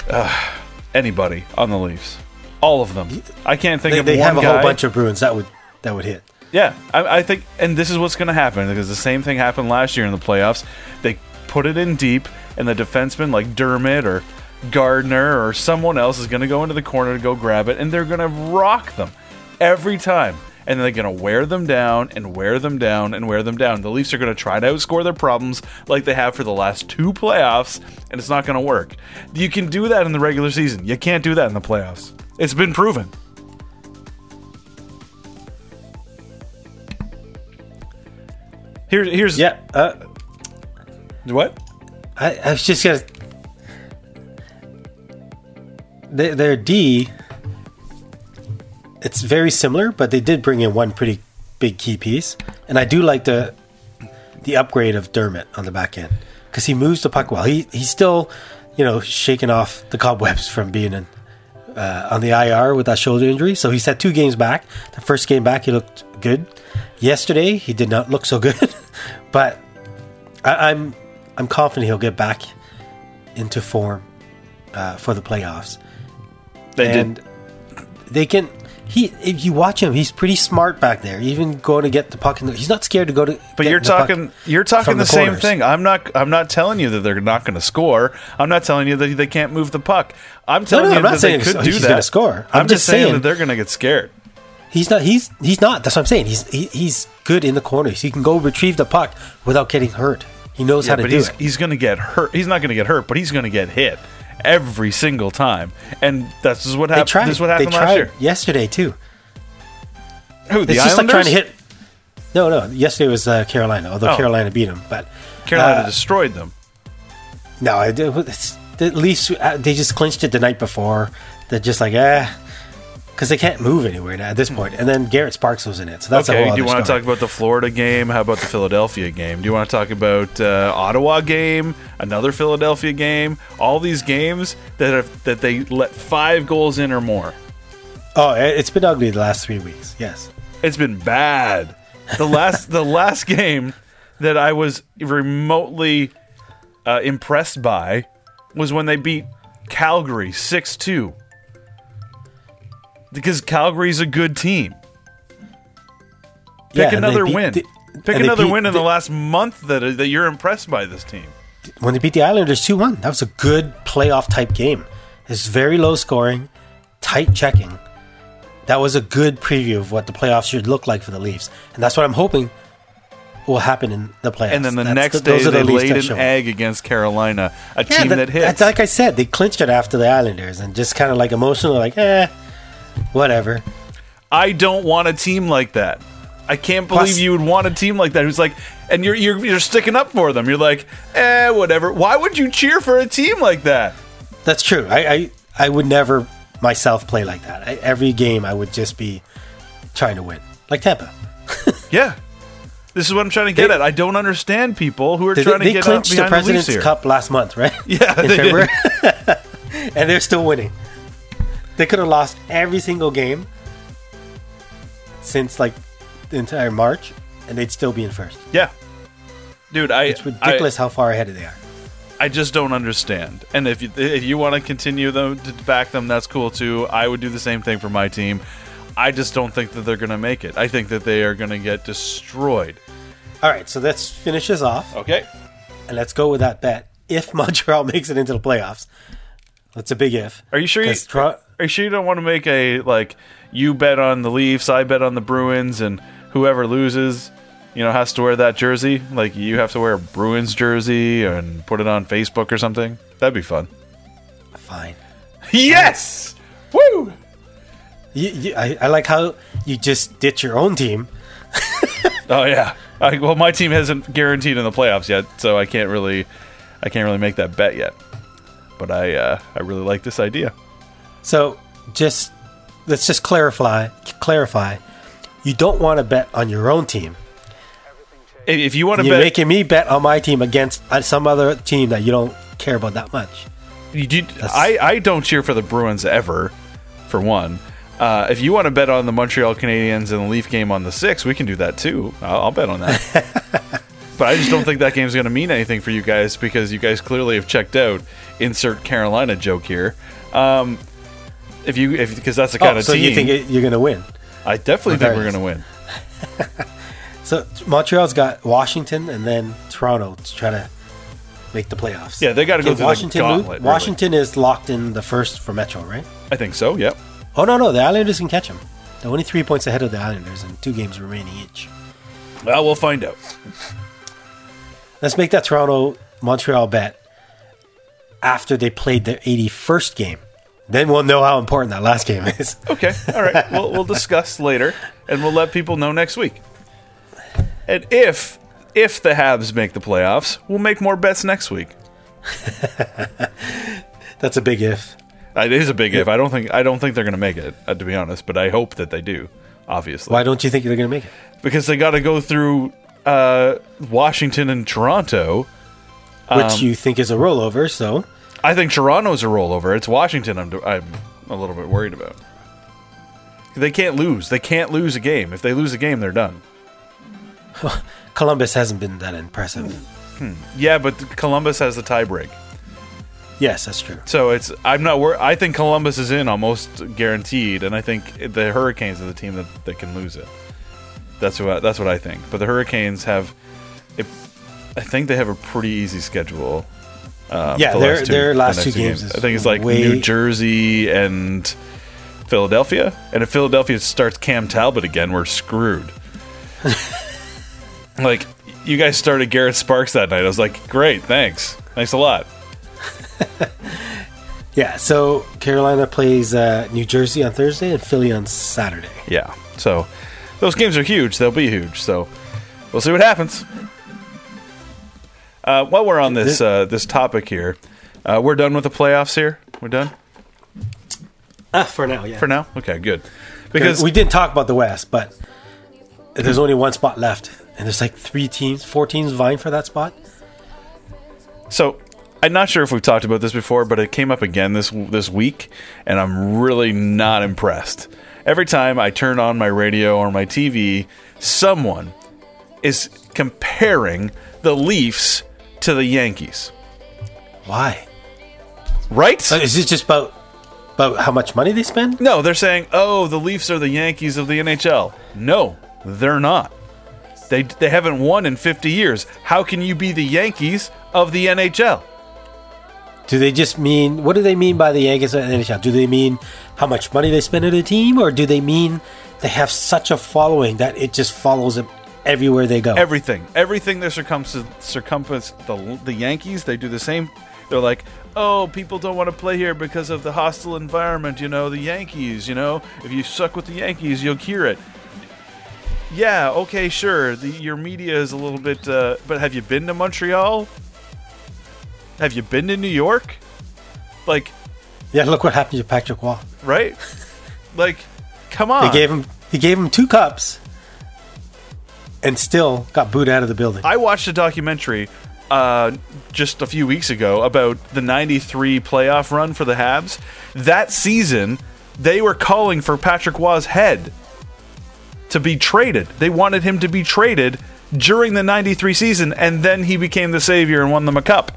Speaker 2: uh, anybody on the Leafs? All of them. I can't think
Speaker 1: They,
Speaker 2: of
Speaker 1: they
Speaker 2: one
Speaker 1: have a
Speaker 2: guy.
Speaker 1: whole bunch of Bruins that would that would hit.
Speaker 2: Yeah, I, I think, and this is what's going to happen because the same thing happened last year in the playoffs. They put it in deep, and the defenseman like Dermott or Gardner or someone else is going to go into the corner to go grab it, and they're going to rock them every time. And they're going to wear them down and wear them down and wear them down. The Leafs are going to try to outscore their problems like they have for the last two playoffs, and it's not going to work. You can do that in the regular season. You can't do that in the playoffs. It's been proven. Here, here's
Speaker 1: Yeah. Uh,
Speaker 2: what?
Speaker 1: I, I was just gonna. Their, their D. It's very similar, but they did bring in one pretty big key piece, and I do like the the upgrade of Dermot on the back end because he moves the puck well. He he's still, you know, shaking off the cobwebs from being in, uh, on the IR with that shoulder injury. So he's had two games back. The first game back, he looked good. Yesterday, he did not look so good, but I, I'm I'm confident he'll get back into form uh, for the playoffs.
Speaker 2: They
Speaker 1: and they can. He if you watch him, he's pretty smart back there. Even going to get the puck, in the, he's not scared to go to.
Speaker 2: But
Speaker 1: get
Speaker 2: you're
Speaker 1: the puck
Speaker 2: talking you're talking
Speaker 1: from
Speaker 2: the, same
Speaker 1: corners.
Speaker 2: thing. I'm not I'm not telling you that they're not going to score. I'm not telling you that they can't move the puck. I'm
Speaker 1: No,
Speaker 2: telling
Speaker 1: no,
Speaker 2: you
Speaker 1: I'm not
Speaker 2: that they
Speaker 1: saying
Speaker 2: could
Speaker 1: he's,
Speaker 2: do
Speaker 1: he's
Speaker 2: that.
Speaker 1: going to score.
Speaker 2: I'm,
Speaker 1: I'm,
Speaker 2: just saying,
Speaker 1: saying
Speaker 2: that they're going to get scared.
Speaker 1: he's not. He's he's not. That's what I'm saying. He's he, he's good in the corners. He can go retrieve the puck without getting hurt. He knows how to
Speaker 2: but
Speaker 1: do
Speaker 2: he's
Speaker 1: it.
Speaker 2: he's going to get hurt. He's not going to get hurt, but he's going to get hit every single time. And that's just what
Speaker 1: They
Speaker 2: happened.
Speaker 1: tried.
Speaker 2: This is what
Speaker 1: they
Speaker 2: happened
Speaker 1: tried
Speaker 2: last year.
Speaker 1: yesterday too.
Speaker 2: Who the
Speaker 1: it's just like
Speaker 2: Islanders?
Speaker 1: trying to hit. No, no. Yesterday was uh, Carolina, although
Speaker 2: Oh.
Speaker 1: Carolina beat him. But
Speaker 2: Carolina
Speaker 1: uh,
Speaker 2: destroyed them.
Speaker 1: No, I did. It's, the Leafs uh, they just clinched it the night before. They're just like, eh, because they can't move anywhere now at this point. And then Garrett Sparks was in it, so that's a
Speaker 2: okay,
Speaker 1: whole
Speaker 2: do you
Speaker 1: other
Speaker 2: want to
Speaker 1: story.
Speaker 2: talk about the Florida game? How about the Philadelphia game? Do you want to talk about uh, Ottawa game? Another Philadelphia game? All these games that have, that they let five goals in or more.
Speaker 1: Oh, it- it's been ugly the last three weeks. Yes.
Speaker 2: It's been bad. The last the last game that I was remotely uh, impressed by was when they beat Calgary 6-2. Because Calgary's a good team. Pick
Speaker 1: Yeah, and they
Speaker 2: another
Speaker 1: beat
Speaker 2: win.
Speaker 1: the-
Speaker 2: Pick
Speaker 1: and they
Speaker 2: another
Speaker 1: beat
Speaker 2: win in the,
Speaker 1: the-
Speaker 2: last month that that you're impressed by this team.
Speaker 1: when they beat the Islanders 2 1. That was a good playoff type game. It's very low scoring, tight checking. That was a good preview of what the playoffs should look like for the Leafs. And that's what I'm hoping will happen in the playoffs.
Speaker 2: And then the
Speaker 1: That's
Speaker 2: next
Speaker 1: those
Speaker 2: day
Speaker 1: are the
Speaker 2: they
Speaker 1: Leafs
Speaker 2: laid
Speaker 1: that
Speaker 2: an
Speaker 1: show up.
Speaker 2: egg against Carolina, a
Speaker 1: Yeah,
Speaker 2: team
Speaker 1: that-
Speaker 2: that, hits.
Speaker 1: that's like I said, they clinched it after the Islanders and just kind of like emotionally, like, eh, whatever.
Speaker 2: I don't want a team like that. I can't believe
Speaker 1: Plus-
Speaker 2: you would want a team like that. Who's like, and you're you're you're sticking up for them. You're like, eh, whatever. Why would you cheer for a team like that?
Speaker 1: That's true. I, I, I would never myself play like that. I, every game I would just be trying to win, like Tampa.
Speaker 2: Yeah, this is what I'm trying to get
Speaker 1: They-
Speaker 2: at. I don't understand people who are
Speaker 1: They,
Speaker 2: trying
Speaker 1: they
Speaker 2: to get up
Speaker 1: clinched the
Speaker 2: behind the, Leafs
Speaker 1: President's
Speaker 2: here.
Speaker 1: Cup last month, right?
Speaker 2: Yeah,
Speaker 1: In
Speaker 2: they did.
Speaker 1: February. and they're still winning. They could have lost every single game since like the entire March, and they'd still be in first.
Speaker 2: Yeah, dude, I
Speaker 1: It's ridiculous how far ahead they are.
Speaker 2: I, I just don't understand. And if you, if you want to continue them to back them, that's cool too. I would do the same thing for my team. I just don't think that they're going to make it. I think that they are going to get destroyed.
Speaker 1: All right, so let's finish this off,
Speaker 2: Okay.
Speaker 1: and let's go with that bet. If Montreal makes it into the playoffs, that's a big if.
Speaker 2: Are you sure you
Speaker 1: 'Cause Toron-
Speaker 2: Are you sure you don't want to make a like you bet on the Leafs, I bet on the Bruins, and whoever loses, you know, has to wear that jersey? Like you have to wear a Bruins jersey and put it on Facebook or something? That'd be fun.
Speaker 1: Fine.
Speaker 2: Yes! Woo!
Speaker 1: You, you, I, I like how you just ditch your own team.
Speaker 2: Oh yeah. I, well, my team hasn't guaranteed in the playoffs yet, so I can't really, I can't really make that bet yet. But I, uh, I really like this idea.
Speaker 1: So just let's just clarify clarify. You don't want to bet on your own team.
Speaker 2: If, if you want to
Speaker 1: You're
Speaker 2: bet,
Speaker 1: making me bet on my team against uh, some other team that you don't care about that much.
Speaker 2: You do, I, I don't cheer for the Bruins ever, for one. Uh, if you want to bet on the Montreal Canadiens and the Leaf game on the 6th, we can do that too. I'll, I'll bet on that. but I just don't think that game's going to mean anything for you guys because you guys clearly have checked out. Insert Carolina joke here. Um, if you if because that's the kind
Speaker 1: Oh,
Speaker 2: of
Speaker 1: so
Speaker 2: team
Speaker 1: you think it- you're going to win?
Speaker 2: I definitely think we're
Speaker 1: Regardless.
Speaker 2: going to win.
Speaker 1: So Montreal's got Washington and then Toronto to try to make the playoffs.
Speaker 2: Yeah, they gotta go
Speaker 1: Did
Speaker 2: through the
Speaker 1: lose?
Speaker 2: gauntlet, really.
Speaker 1: Washington is locked in the first for Metro, right?
Speaker 2: I think so. Yep.
Speaker 1: Oh no, no, the Islanders can catch them. They're only three points ahead of the Islanders and two games remaining each.
Speaker 2: Well, we'll find out.
Speaker 1: Let's make that Toronto Montreal bet after they played their 81st game. Then we'll know how important that last game is.
Speaker 2: Okay. All right. we'll, we'll discuss later, and we'll let people know next week. And if if the Habs make the playoffs, we'll make more bets next week.
Speaker 1: That's a big if.
Speaker 2: Uh, It is a big if. I don't think I don't think they're going to make it, uh, to be honest. But I hope that they do, obviously,
Speaker 1: Why don't you think they're going to make it?
Speaker 2: because they got to go through uh, Washington and Toronto.
Speaker 1: Which
Speaker 2: Um,
Speaker 1: you think is a rollover, so
Speaker 2: I think Toronto's a rollover. It's Washington. I'm I'm a little bit worried about. They can't lose. They can't lose a game. If they lose a game, they're done.
Speaker 1: Columbus hasn't been that impressive.
Speaker 2: Yeah, but Columbus has the tie break.
Speaker 1: Yes, that's true.
Speaker 2: So it's I'm not wor I think Columbus is in almost guaranteed, and I think the Hurricanes are the team that, that can lose it. That's what that's what I think. But the Hurricanes have, it, I think they have a pretty easy schedule. Um,
Speaker 1: Yeah,
Speaker 2: the
Speaker 1: their-
Speaker 2: two-
Speaker 1: their last
Speaker 2: next
Speaker 1: two games is
Speaker 2: I think it's like
Speaker 1: way-
Speaker 2: New Jersey and Philadelphia, and if Philadelphia starts Cam Talbot again, we're screwed. like you guys started Garrett Sparks that night. I was like, great, thanks, thanks a lot.
Speaker 1: Yeah, so Carolina plays uh, New Jersey on Thursday and Philly on Saturday.
Speaker 2: Yeah. So those games are huge. They'll be huge. So we'll see what happens. Uh, while we're on this uh, this topic here, uh, we're done with the playoffs here. We're done.
Speaker 1: Uh, for now, yeah.
Speaker 2: for now? Okay, good. Because
Speaker 1: we didn't talk about the West, but there's only one spot left, and there's like three teams, four teams vying for that spot.
Speaker 2: So I'm not sure if we've talked about this before, but it came up again this this week, and I'm really not impressed. Every time I turn on my radio or my TV, someone is comparing the Leafs to the Yankees,
Speaker 1: Why?
Speaker 2: right?
Speaker 1: So is it just about about how much money they spend?
Speaker 2: No, they're saying, "Oh, the Leafs are the Yankees of the NHL." No, they're not. They they haven't won in 50 years. How can you be the Yankees of the NHL?
Speaker 1: Do they just mean what do they mean by the Yankees and NHL? Do they mean how much money they spend on a team, or do they mean they have such a following that it just follows them everywhere they go?
Speaker 2: everything everything that circumf- circumference the, the yankees they do the same they're like oh people don't want to play here because of the hostile environment you know the yankees you know if you suck with the yankees you'll cure it yeah okay sure the, your media is a little bit uh, but have you been to montreal have you been to new york like
Speaker 1: yeah, look what happened to Patrick Wall.
Speaker 2: right like come
Speaker 1: They
Speaker 2: on
Speaker 1: gave him he gave him two cups, and still got booed out of the building.
Speaker 2: I watched a documentary uh, just a few weeks ago about the 93 playoff run for the Habs. That season, they were calling for Patrick Waugh's head to be traded. They wanted him to be traded during the 93 season, and then he became the savior and won them a cup.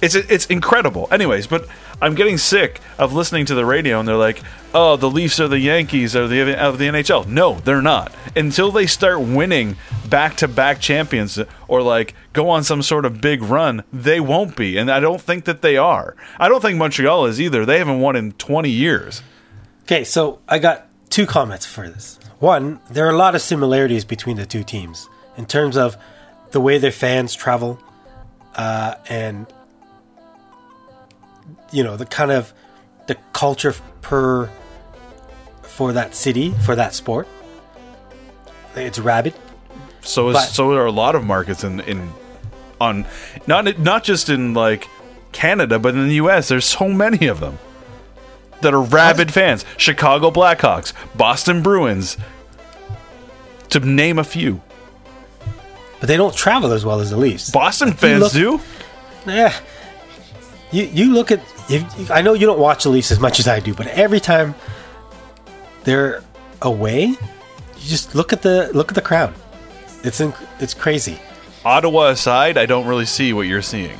Speaker 2: It's, it's incredible. Anyways, but I'm getting sick of listening to the radio and they're like, oh, the Leafs are the Yankees or the of the NHL. No, they're not. Until they start winning back to back champions or like go on some sort of big run, they won't be. And I don't think that they are. I don't think Montreal is either. They haven't won in 20 years.
Speaker 1: Okay, so I got two comments for this. One, there are a lot of similarities between the two teams in terms of the way their fans travel uh, and, you know, the kind of the culture per for that city, for that sport. It's rabid.
Speaker 2: So is,
Speaker 1: But-
Speaker 2: so are a lot of markets in in on not not just in like Canada, but in the U.S. There's so many of them that are rabid fans. Chicago Blackhawks, Boston Bruins, to name a few.
Speaker 1: But they don't travel as well as the Leafs.
Speaker 2: Boston fans
Speaker 1: look-
Speaker 2: do.
Speaker 1: Yeah. Eh, You you look at if, I know you don't watch the Leafs as much as I do, but every time they're away, you just look at the look at the crowd. It's in, it's crazy.
Speaker 2: Ottawa aside, I don't really see what you're seeing.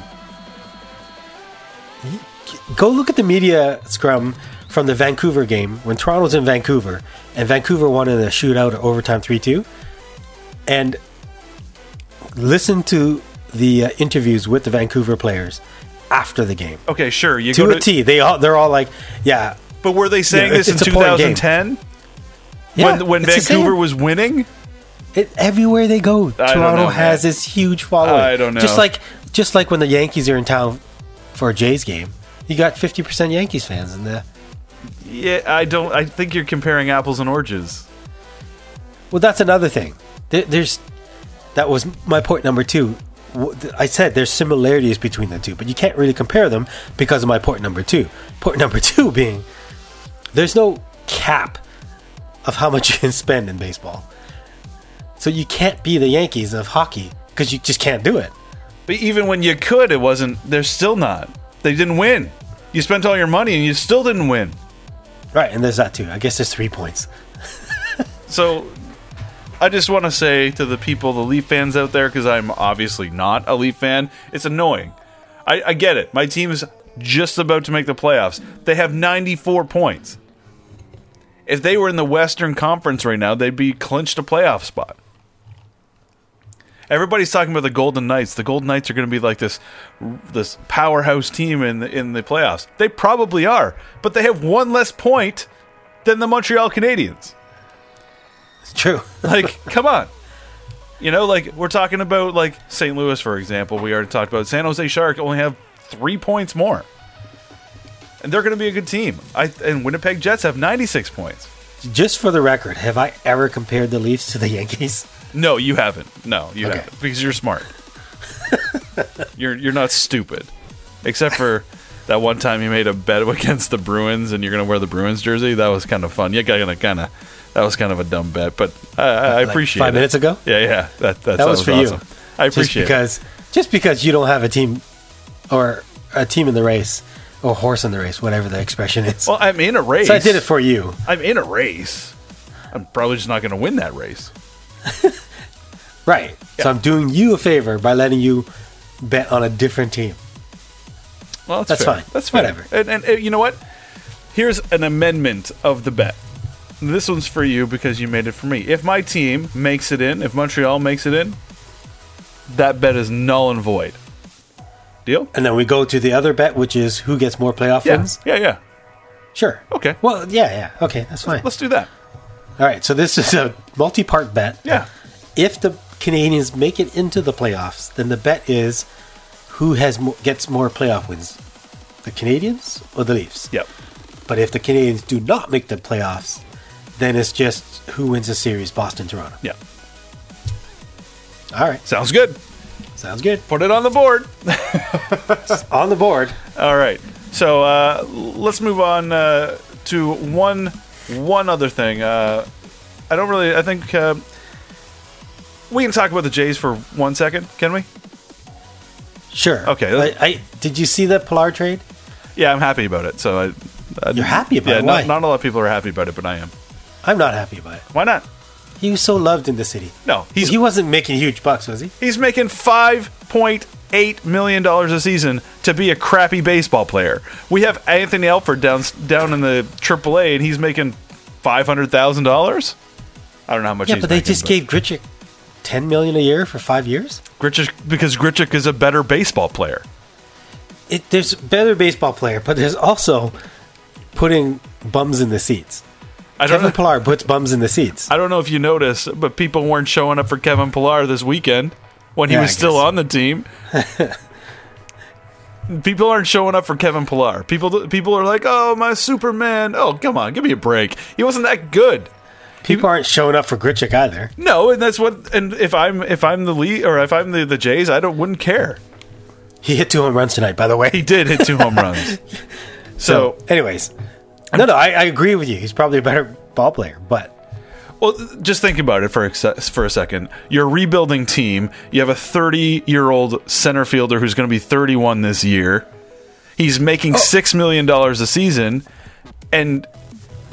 Speaker 1: Go look at the media scrum from the Vancouver game when Toronto's in Vancouver and Vancouver won in a shootout or overtime 3-2 and listen to the uh, interviews with the Vancouver players after the game.
Speaker 2: Okay, sure. You
Speaker 1: To
Speaker 2: go
Speaker 1: a T, they all they're all like, yeah,
Speaker 2: but were they saying
Speaker 1: Yeah,
Speaker 2: this in
Speaker 1: it's a boring game.
Speaker 2: 2010
Speaker 1: yeah
Speaker 2: when when
Speaker 1: it's the same.
Speaker 2: Vancouver was winning?
Speaker 1: It, everywhere they go,
Speaker 2: don't
Speaker 1: Toronto
Speaker 2: know,
Speaker 1: has
Speaker 2: man.
Speaker 1: this huge following.
Speaker 2: I don't know.
Speaker 1: Just like just like when the Yankees are in town for a Jays game, you got fifty percent Yankees fans in there.
Speaker 2: Yeah, I don't. I think you're comparing apples and oranges.
Speaker 1: Well, that's another thing. There, there's that was my point number two. W- th- I said there's similarities between the two, but you can't really compare them because of my point number two. Point number two being there's no cap of how much you can spend in baseball, so you can't be the Yankees of hockey because you just can't do it.
Speaker 2: But even when you could, it wasn't. They're still not. They didn't win. You spent all your money and you still didn't win.
Speaker 1: Right, and there's that too. I guess there's three points.
Speaker 2: So I just want to say to the people, the Leaf fans out there, because I'm obviously not a Leaf fan, it's annoying. I, I get it. My team is just about to make the playoffs. They have 94 points. If they were in the Western Conference right now, they'd be clinched a playoff spot. Everybody's talking about the Golden Knights. The Golden Knights are going to be like this this powerhouse team in the, in the playoffs. They probably are, but they have one less point than the Montreal Canadiens.
Speaker 1: It's true.
Speaker 2: Like, come on. You know, like we're talking about like St. Louis, for example. We already talked about San Jose Shark only have three points more, and they're going to be a good team. I and Winnipeg Jets have 96 points.
Speaker 1: Just for the record, have I ever compared the Leafs to the Yankees?
Speaker 2: No, you haven't. No, you
Speaker 1: Okay.
Speaker 2: haven't because you're smart. you're you're not stupid, except for That one time you made a bet against the Bruins and you're going to wear the Bruins jersey. That was kind of fun. Yeah, kind of, kind of. That was kind of a dumb bet, but I, I, I appreciate
Speaker 1: five
Speaker 2: it.
Speaker 1: minutes ago?
Speaker 2: Yeah, yeah. That, that,
Speaker 1: That was for you.
Speaker 2: awesome. I appreciate
Speaker 1: just because just because you don't have a team or a team in the race or horse in the race, whatever the expression is.
Speaker 2: it. Well, I'm in a race.
Speaker 1: so I did it for you.
Speaker 2: I'm in a race. I'm probably just not going to win that race.
Speaker 1: Right. So I'm doing you a favor by letting you bet on a different team.
Speaker 2: Well, that's,
Speaker 1: That's
Speaker 2: fair.
Speaker 1: fine.
Speaker 2: That's fair.
Speaker 1: Whatever.
Speaker 2: And, and uh, you know what? Here's an amendment of the bet. This one's for you because you made it for me. If my team makes it in, if Montreal makes it in, that bet is null and void. Deal?
Speaker 1: And then we go to the other bet, which is who gets more playoff
Speaker 2: Yeah.
Speaker 1: wins.
Speaker 2: Yeah, yeah.
Speaker 1: Sure.
Speaker 2: Okay.
Speaker 1: Well, yeah, yeah. Okay, that's fine.
Speaker 2: Let's do that.
Speaker 1: All right. So this is a multi-part bet.
Speaker 2: Yeah.
Speaker 1: If the Canadians make it into the playoffs, then the bet is who has mo- gets more playoff wins, the Canadians or the Leafs.
Speaker 2: Yep.
Speaker 1: But if the Canadians do not make the playoffs, then it's just who wins the series, Boston, Toronto.
Speaker 2: Yeah.
Speaker 1: All right,
Speaker 2: Sounds good.
Speaker 1: sounds good.
Speaker 2: Put it on the board.
Speaker 1: On the board.
Speaker 2: All right. So uh, let's move on uh, to one one other thing. Uh, I don't really. I think uh, we can talk about the Jays for one second, can we?
Speaker 1: Sure.
Speaker 2: Okay.
Speaker 1: I, I did you see the Pilar trade?
Speaker 2: Yeah, I'm happy about it. So I. I
Speaker 1: You're happy about
Speaker 2: yeah,
Speaker 1: it? Why?
Speaker 2: Not, not a lot of people are happy about it, but I am.
Speaker 1: I'm not happy about it.
Speaker 2: Why not?
Speaker 1: He was so loved in the city.
Speaker 2: No, he's
Speaker 1: he wasn't making huge bucks, was he?
Speaker 2: he's making five point eight million dollars a season to be a crappy baseball player. We have Anthony Elford down down in the AAA, and he's making five hundred thousand dollars. I don't know how much.
Speaker 1: Yeah,
Speaker 2: he's
Speaker 1: but they
Speaker 2: making,
Speaker 1: just gave Grichuk ten million a year for five years.
Speaker 2: Grichuk because Grichuk is a better baseball player.
Speaker 1: It, there's better baseball player, but there's also putting bums in the seats.
Speaker 2: I don't
Speaker 1: Kevin
Speaker 2: know,
Speaker 1: Pilar puts bums in the seats.
Speaker 2: I don't know if you noticed, but people weren't showing up for Kevin Pillar this weekend when he
Speaker 1: Yeah,
Speaker 2: was
Speaker 1: I
Speaker 2: still
Speaker 1: guess.
Speaker 2: on the team. people aren't showing up for Kevin Pillar. People people are like, "Oh, my Superman. Oh, come on, give me a break. He wasn't that good."
Speaker 1: People aren't showing up for Grichuk either.
Speaker 2: No, and that's what and if I'm if I'm the lead or if I'm the, the Jays, I don't wouldn't care.
Speaker 1: He hit two home runs tonight, by the way.
Speaker 2: He did hit two home runs.
Speaker 1: So,
Speaker 2: So,
Speaker 1: anyways, no, no, I, I agree with you. He's probably a better ball player, but
Speaker 2: Well, th- just think about it for a, se- for a second. You're a rebuilding team. You have a 30 year old center fielder who's going to be 31 this year. He's making six million dollars a season, and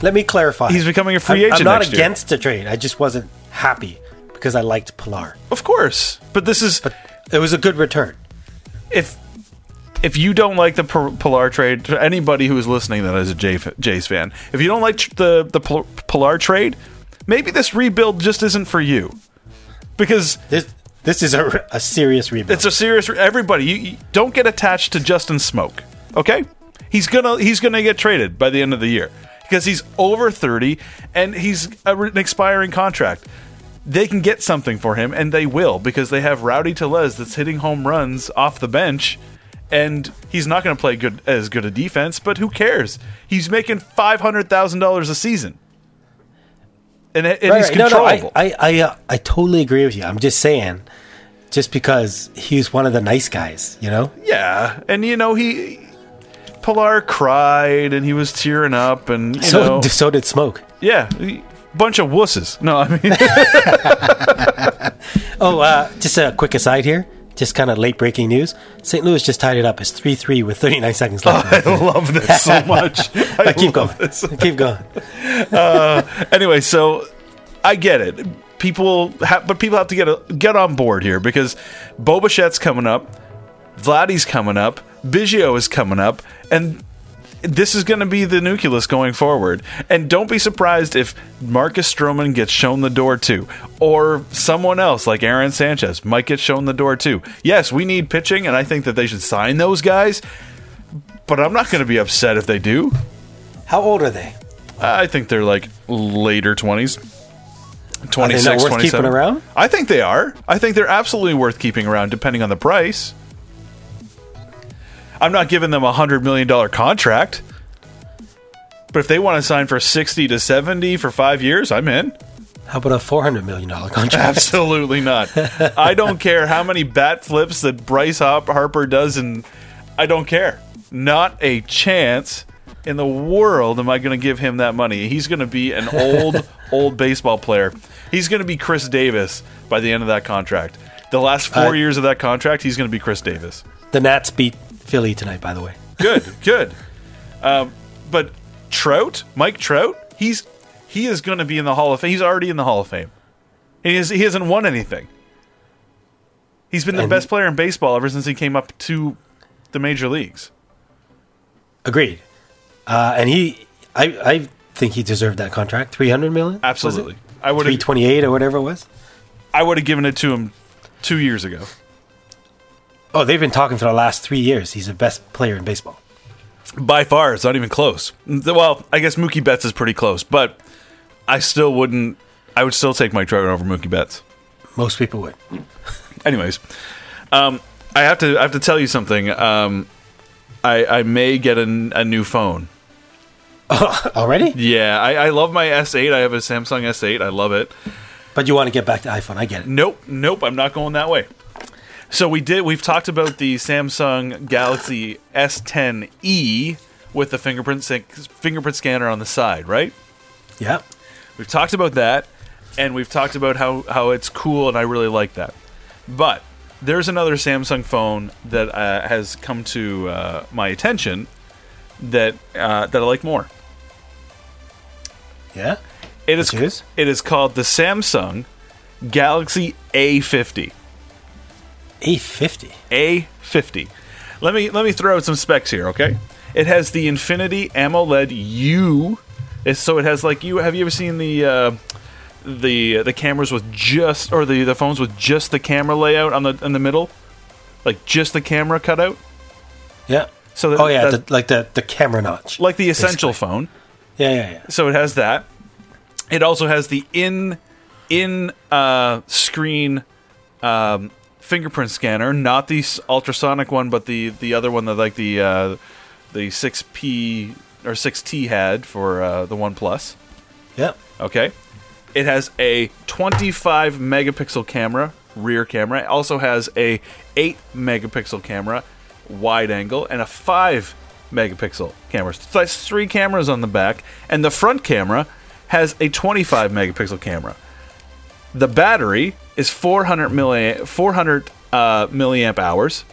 Speaker 1: let me clarify.
Speaker 2: He's becoming a free
Speaker 1: I'm-
Speaker 2: agent
Speaker 1: I'm not
Speaker 2: next year.
Speaker 1: against the trade. I just wasn't happy because I liked Pilar.
Speaker 2: of course. But this is
Speaker 1: It was a good return.
Speaker 2: if if you don't like the P- Pilar trade, to anybody who is listening that is a J- Jays fan, if you don't like tr- the the Pil- Pilar trade, maybe this rebuild just isn't for you, because
Speaker 1: This this is a, a serious rebuild.
Speaker 2: It's a serious. Everybody, you, you don't get attached to Justin Smoke. Okay, he's gonna he's gonna get traded by the end of the year because he's over thirty and he's a, an expiring contract. They can get something for him, and they will because they have Rowdy Telez that's hitting home runs off the bench, and he's not going to play good as good a defense. But who cares? He's making five hundred thousand dollars a season, and, it- and
Speaker 1: Right,
Speaker 2: he's
Speaker 1: right.
Speaker 2: controllable.
Speaker 1: I I I, uh, I totally agree with you. I'm just saying, just because he's one of the nice guys, you know.
Speaker 2: Yeah, and you know he, Pilar cried and he was tearing up and you
Speaker 1: So
Speaker 2: know
Speaker 1: so did Smoke.
Speaker 2: yeah, he- bunch of wusses. No, I mean
Speaker 1: Oh, uh, just a quick aside here. Just kind of late breaking news. St. Louis just tied it up. It's three three with 39 seconds left.
Speaker 2: I love this so much. Oh, I
Speaker 1: But keep going.
Speaker 2: love this.
Speaker 1: Keep going.
Speaker 2: Anyway, so I get it. People, ha- but people have to get a, get on board here because Bobachet's coming up, Vladdy's coming up, Biggio is coming up, and this is going to be the nucleus going forward. And don't be surprised if Marcus Stroman gets shown the door too, or someone else like Aaron Sanchez might get shown the door too. Yes, we need pitching, and I think that they should sign those guys. But I'm not going to be upset if they do.
Speaker 1: How old are they?
Speaker 2: I think they're like later 20s. 26,
Speaker 1: worth keeping
Speaker 2: 27.
Speaker 1: around?
Speaker 2: I think they are. I think they're absolutely worth keeping around depending on the price. I'm not giving them a $100 million contract. But if they want to sign for 60 to 70 for 5 years, I'm in.
Speaker 1: How about a $400 million contract?
Speaker 2: Absolutely not. I don't care how many bat flips that Bryce Hop- Harper does and I don't care. Not a chance in the world am I going to give him that money. He's going to be an old, old baseball player. He's going to be Chris Davis by the end of that contract. The last four
Speaker 1: Uh,
Speaker 2: years of that contract, he's going to be Chris Davis.
Speaker 1: The Nats beat Philly tonight, by the way.
Speaker 2: Good, good. Um, but Trout, Mike Trout, he's he is going to be in the Hall of Fame. He's already in the Hall of Fame. He, is, he hasn't won anything. He's been the
Speaker 1: And-
Speaker 2: best player in baseball ever since he came up to the major leagues.
Speaker 1: Agreed. Uh, and he, I, I think he deserved that contract. 300 million?
Speaker 2: Absolutely. I would have
Speaker 1: 328 or whatever it was.
Speaker 2: I would have given it to him two years ago.
Speaker 1: Oh, they've been talking for the last three years. He's the best player in baseball.
Speaker 2: By far, it's not even close. Well, I guess Mookie Betts is pretty close, but I still wouldn't. I would still take Mike Trout over Mookie Betts.
Speaker 1: Most people would.
Speaker 2: Anyways, um, I have to I have to tell you something. Um, I I may get a, n- a new phone.
Speaker 1: Already?
Speaker 2: Yeah, I, I love my S8. I have a Samsung S8. I love it.
Speaker 1: But you want to get back to iPhone. I get it.
Speaker 2: Nope, nope. I'm not going that way. So we did. We've talked about the Samsung Galaxy S10e with the fingerprint sync, fingerprint scanner on the side, right?
Speaker 1: Yeah.
Speaker 2: We've talked about that, and we've talked about how, how it's cool, and I really like that. But there's another Samsung phone that uh, has come to uh, my attention that uh, that I like more.
Speaker 1: Yeah.
Speaker 2: It is
Speaker 1: Which is?
Speaker 2: it is called the Samsung Galaxy A50.
Speaker 1: A50.
Speaker 2: A50. Let me let me throw out some specs here, okay? It has the Infinity AMOLED U. It's- So it has like you have you ever seen the uh, the the cameras with just or the the phones with just the camera layout on the in the middle, like just the camera cutout,
Speaker 1: Yeah.
Speaker 2: So that-
Speaker 1: oh, yeah.
Speaker 2: that-
Speaker 1: the, like the, the camera notch.
Speaker 2: like the essential phone.
Speaker 1: yeah, yeah, yeah.
Speaker 2: So it has that. It also has the in in uh, screen um, fingerprint scanner, not the s- ultrasonic one, but the the other one that like the uh, the six P or six T had for uh, the One Plus.
Speaker 1: Yeah.
Speaker 2: Okay, it has a 25 megapixel camera, rear camera. It also has a 8 megapixel camera, wide angle, and a 5 megapixel camera. So that's three cameras on the back, and the front camera has a 25 megapixel camera. The battery is 400 milli 400 uh, milliamp hours,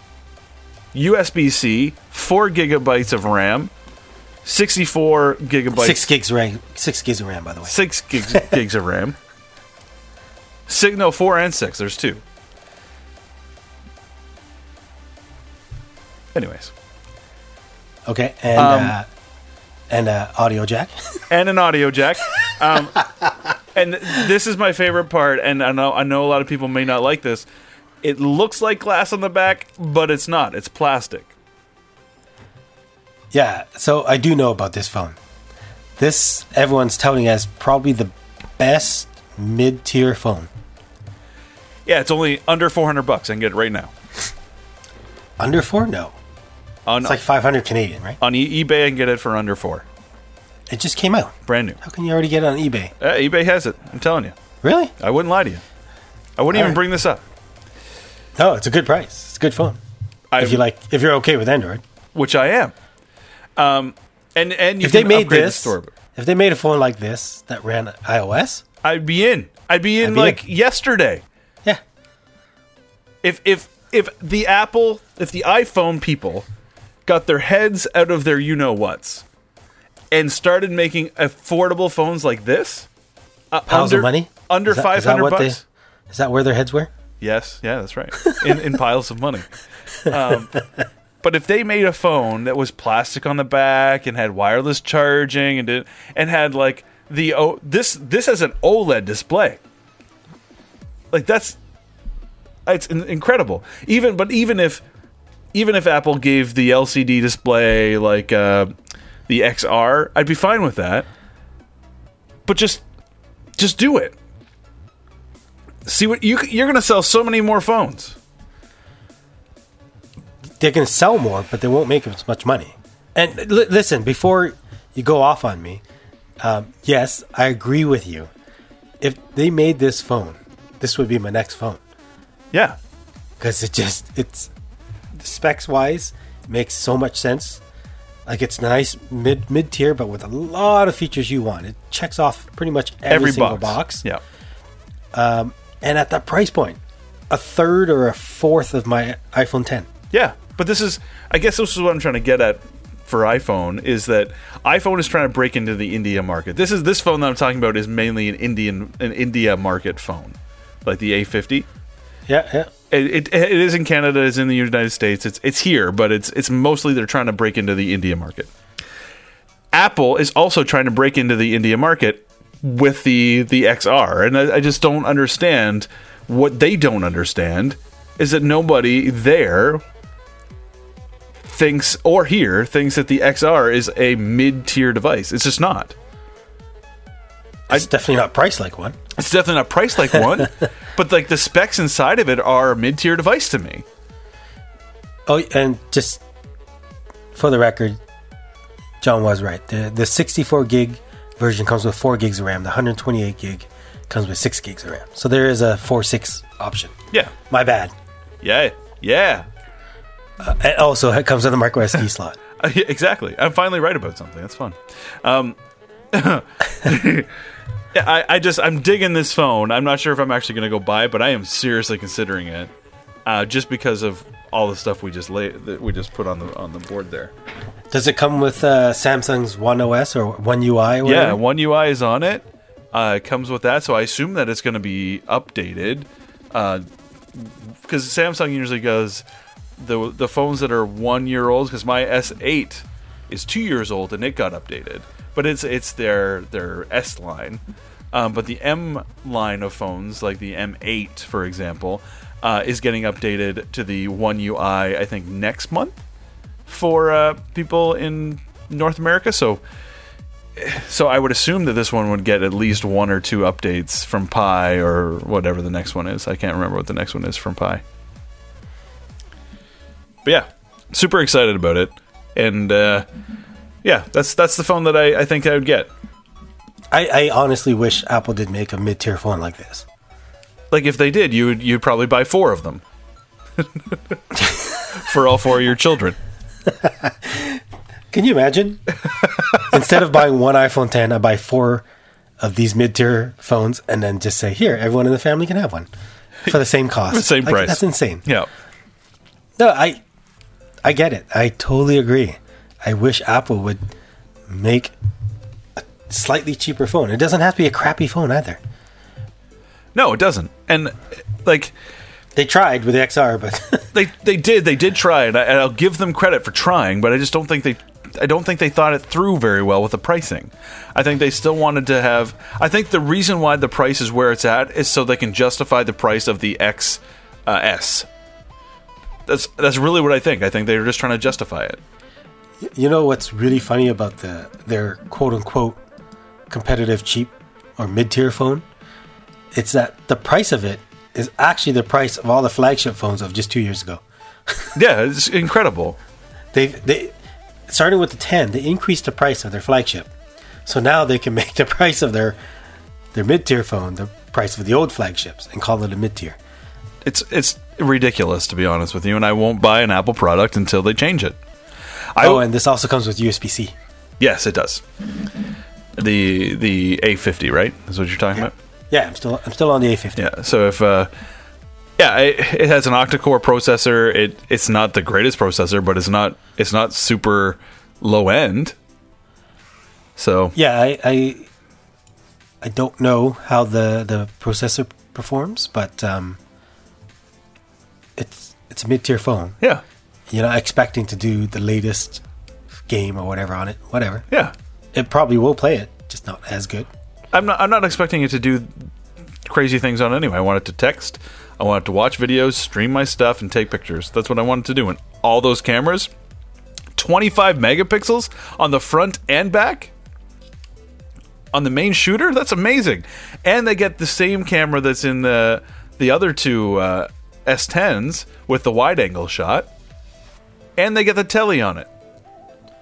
Speaker 2: USB-C, four gigabytes of RAM, 64 gigabytes
Speaker 1: Six gigs RAM. Six gigs of RAM, by the way.
Speaker 2: six gigs, gigs of RAM. Six, no, four and six. There's two. Anyways,
Speaker 1: Okay. And, uh, and uh, audio jack.
Speaker 2: and an audio jack. Um, and this is my favorite part, and I know I know a lot of people may not like this. It looks like glass on the back, but it's not. It's plastic.
Speaker 1: Yeah, so I do know about this phone. This everyone's touting as probably the best mid-tier phone.
Speaker 2: Yeah, it's only under 400 bucks. I can get it right now
Speaker 1: Under four? No,
Speaker 2: on
Speaker 1: it's like 500 Canadian, right?
Speaker 2: on e- eBay. I can get it for under four,
Speaker 1: It just came out.
Speaker 2: brand new.
Speaker 1: How can you already get it on eBay?
Speaker 2: Uh, eBay has it. I'm telling you.
Speaker 1: Really?
Speaker 2: I wouldn't lie to you. I wouldn't even
Speaker 1: Alright.
Speaker 2: bring this up.
Speaker 1: No, it's a good price. It's a good phone.
Speaker 2: I,
Speaker 1: if you like, if you're okay with Android.
Speaker 2: which I am. Um, and and you
Speaker 1: If they
Speaker 2: can
Speaker 1: made
Speaker 2: upgrade
Speaker 1: this,
Speaker 2: the store.
Speaker 1: if they made a phone like this that ran iOS,
Speaker 2: I'd be in. I'd be in
Speaker 1: I'd be
Speaker 2: like
Speaker 1: in.
Speaker 2: yesterday.
Speaker 1: yeah,
Speaker 2: If if if the Apple, if the iPhone people got their heads out of their you know whats and started making affordable phones like this, uh,
Speaker 1: pounds
Speaker 2: under
Speaker 1: of money
Speaker 2: under
Speaker 1: Is that-
Speaker 2: five
Speaker 1: is that
Speaker 2: hundred
Speaker 1: what
Speaker 2: bucks.
Speaker 1: they- is that where their heads were?
Speaker 2: Yes, yeah, that's right. In, in piles of money. Um, but if they made a phone that was plastic on the back and had wireless charging and did, and had like the oh this this has an OLED display, like that's it's in- incredible. Even but even if even if Apple gave the LCD display like uh, the XR, I'd be fine with that. But just just do it. See what you c- you're gonna sell so many more phones.
Speaker 1: they're going to sell more, but they won't make as much money. And l- listen, before you go off on me, um, yes, I agree with you. If they made this phone, this would be my next phone
Speaker 2: Yeah.
Speaker 1: because it just it's specs wise makes so much sense. Like it's nice mid mid tier, but with a lot of features you want. It checks off pretty much every,
Speaker 2: Every
Speaker 1: single box.
Speaker 2: box. Yeah.
Speaker 1: And at that price point, a third or a fourth of my iPhone 10.
Speaker 2: Yeah, but this is, I guess, this is what I'm trying to get at for iPhone is that iPhone is trying to break into the India market. This is this phone that I'm talking about is mainly an Indian, an India market phone, like the A50.
Speaker 1: Yeah, yeah.
Speaker 2: It, it, it is in Canada, it's in the United States, it's it's here, but it's it's mostly they're trying to break into the India market. Apple is also trying to break into the India market with the the XR, and I, I just don't understand what they don't understand is that nobody there thinks or here thinks that the XR is a mid tier device. It's just not.
Speaker 1: It's definitely not priced like one.
Speaker 2: It's definitely not priced like one, but like the specs inside of it are a mid tier device to me.
Speaker 1: Oh, and just for the record, John was right. The the 64 gig version comes with 4 gigs of RAM. The 128 gig comes with 6 gigs of RAM. So there is a 4 6 option.
Speaker 2: Yeah,
Speaker 1: My bad.
Speaker 2: yeah, yeah.
Speaker 1: It also it comes with a micro SD slot.
Speaker 2: Uh, yeah, exactly. I'm finally right about something. That's fun. Um, yeah, I, I just I'm digging this phone. I'm not sure if I'm actually going to go buy it, but I am seriously considering it, uh, just because of all the stuff we just lay, that we just put on the on the board there.
Speaker 1: Does it come with uh, Samsung's One OS or One UI? Or
Speaker 2: Yeah,
Speaker 1: whatever?
Speaker 2: One UI is on it. Uh, it comes with that, so I assume that it's going to be updated. Because Samsung usually goes the the phones that are one year old. Because my S8 is two years old and it got updated, but it's it's their their S line. Um, but the M line of phones, like the M8, for example, uh, is getting updated to the One UI. I think next month for uh, people in North America. So, so I would assume that this one would get at least one or two updates from Pi or whatever the next one is. I can't remember what the next one is from Pi. But yeah, super excited about it, and uh, yeah, that's that's the phone that I, I think I would get.
Speaker 1: I, I honestly wish Apple did make a mid tier phone like this.
Speaker 2: Like if they did, you would you'd probably buy four of them for all four of your children.
Speaker 1: Can you imagine? Instead of buying one iPhone 10, I buy four of these mid-tier phones, and then just say, "Here, everyone in the family can have one for the same cost,
Speaker 2: Same
Speaker 1: Like,
Speaker 2: price.
Speaker 1: That's insane.
Speaker 2: Yeah.
Speaker 1: No, I, I get it. I totally agree. I wish Apple would make a slightly cheaper phone. It doesn't have to be a crappy phone either.
Speaker 2: No, it doesn't. And like
Speaker 1: They tried with the XR, but
Speaker 2: they they did they did try and, I, and I'll give them credit for trying, but I just don't think they I don't think they thought it through very well with the pricing. I think they still wanted to have I think the reason why the price is where it's at is so they can justify the price of the X uh, S. That's that's really what I think. I think they were just trying to justify it.
Speaker 1: you know what's really funny about the their quote unquote competitive cheap or mid tier phone? It's that the price of it is actually the price of all the flagship phones of just two years ago.
Speaker 2: Yeah, it's incredible.
Speaker 1: They've they starting with the ten, they increased the price of their flagship. So now they can make the price of their their mid tier phone the price of the old flagships and call it a mid tier.
Speaker 2: It's it's ridiculous to be honest with you, and I won't buy an Apple product until they change it. I,
Speaker 1: Oh, and this also comes with USB C.
Speaker 2: yes, it does. The the A50, right? Is what you're talking about.
Speaker 1: Yeah, I'm still I'm still on the A fifty.
Speaker 2: Yeah. So if uh, yeah, it, it has an octa-core processor. It it's not the greatest processor, but it's not it's not super low end. So
Speaker 1: Yeah, I, I I don't know how the the processor performs, but um, it's it's a mid tier phone.
Speaker 2: yeah,
Speaker 1: You're not expecting to do the latest game or whatever on it. Whatever,
Speaker 2: yeah.
Speaker 1: it probably will play it, just not as good.
Speaker 2: I'm not I'm not expecting it to do crazy things on it anyway. I want it to text. I want it to watch videos, stream my stuff, and take pictures. That's what I wanted to do. And all those cameras, 25 megapixels on the front and back. on the main shooter. That's amazing. And they get the same camera that's in the the other two uh, S10s with the wide angle shot, and they get the telly on it.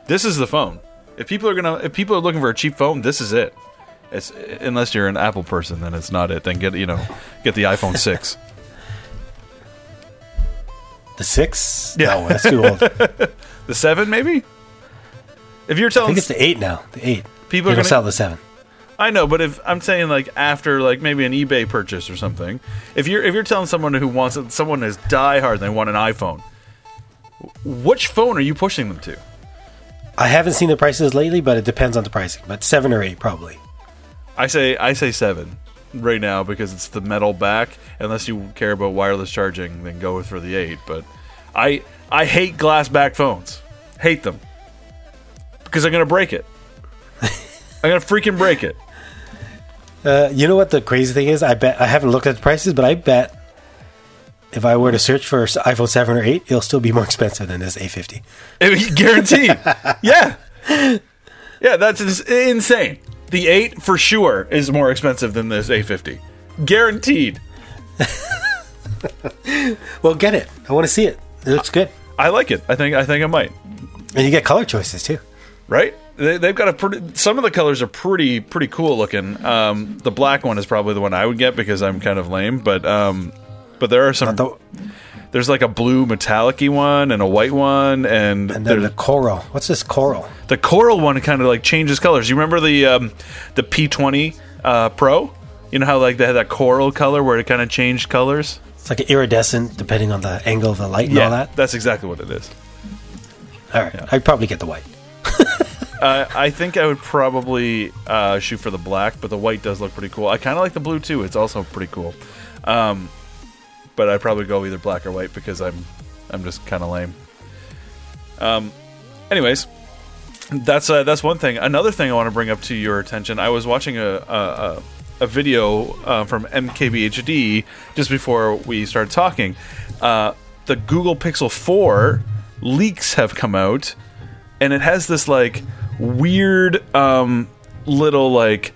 Speaker 2: This is the phone. If people are gonna, if people are looking for a cheap phone, this is it. It's unless you're an Apple person, then it's not it. Then get you know, get the iPhone six.
Speaker 1: The six,
Speaker 2: Yeah.
Speaker 1: no, that's too old.
Speaker 2: The seven, maybe? If you're
Speaker 1: I
Speaker 2: telling
Speaker 1: think it's the eight now. The eight.
Speaker 2: People are
Speaker 1: It'll
Speaker 2: gonna-
Speaker 1: sell the seven.
Speaker 2: I know, but if I'm saying like after like maybe an eBay purchase or something, if you're if you're telling someone who wants it, someone is diehard and they want an iPhone, which phone are you pushing them to?
Speaker 1: I haven't seen the prices lately, but it depends on the pricing. But seven or eight, probably.
Speaker 2: I say I say seven right now because it's the metal back. Unless you care about wireless charging, then go for the eight. But I I hate glass back phones. Hate them because I'm gonna break it. I'm gonna freaking break it.
Speaker 1: Uh, you know what the crazy thing is? I bet I haven't looked at the prices, but I bet if I were to search for s- iPhone seven or eight, it'll still be more expensive than this A fifty.
Speaker 2: Guaranteed. yeah. Yeah, that's ins- insane. The 8 for sure is more expensive than this A50. Guaranteed.
Speaker 1: Well, get it. I want to see it. It looks good,
Speaker 2: I like it. I think I think I might.
Speaker 1: and you get color choices too.
Speaker 2: Right? They, they've got a pretty some of the colors are pretty pretty cool looking. Um, the black one is probably the one I would get because I'm kind of lame, but um but there are some
Speaker 1: The-
Speaker 2: there's like a blue metallic-y one and a white one
Speaker 1: and
Speaker 2: and,
Speaker 1: then
Speaker 2: there's
Speaker 1: the coral. What's this coral?
Speaker 2: The coral one kind of like changes colors. You remember the um, the P20 uh, Pro? You know how like they had that coral color where it kind of changed colors?
Speaker 1: It's like iridescent, depending on the angle of the light and all that.
Speaker 2: that's exactly what it is.
Speaker 1: All right, I'd probably get the white.
Speaker 2: Uh, I think I would probably uh, shoot for the black, but the white does look pretty cool. I kind of like the blue too. It's also pretty cool. Um, but I'd probably go either black or white because I'm I'm just kind of lame. Um, anyways, that's uh, that's one thing. Another thing I want to bring up to your attention. I was watching a a, a, a video uh, from MKBHD just before we started talking. Uh, the Google Pixel Four leaks have come out, and it has this like weird um, little like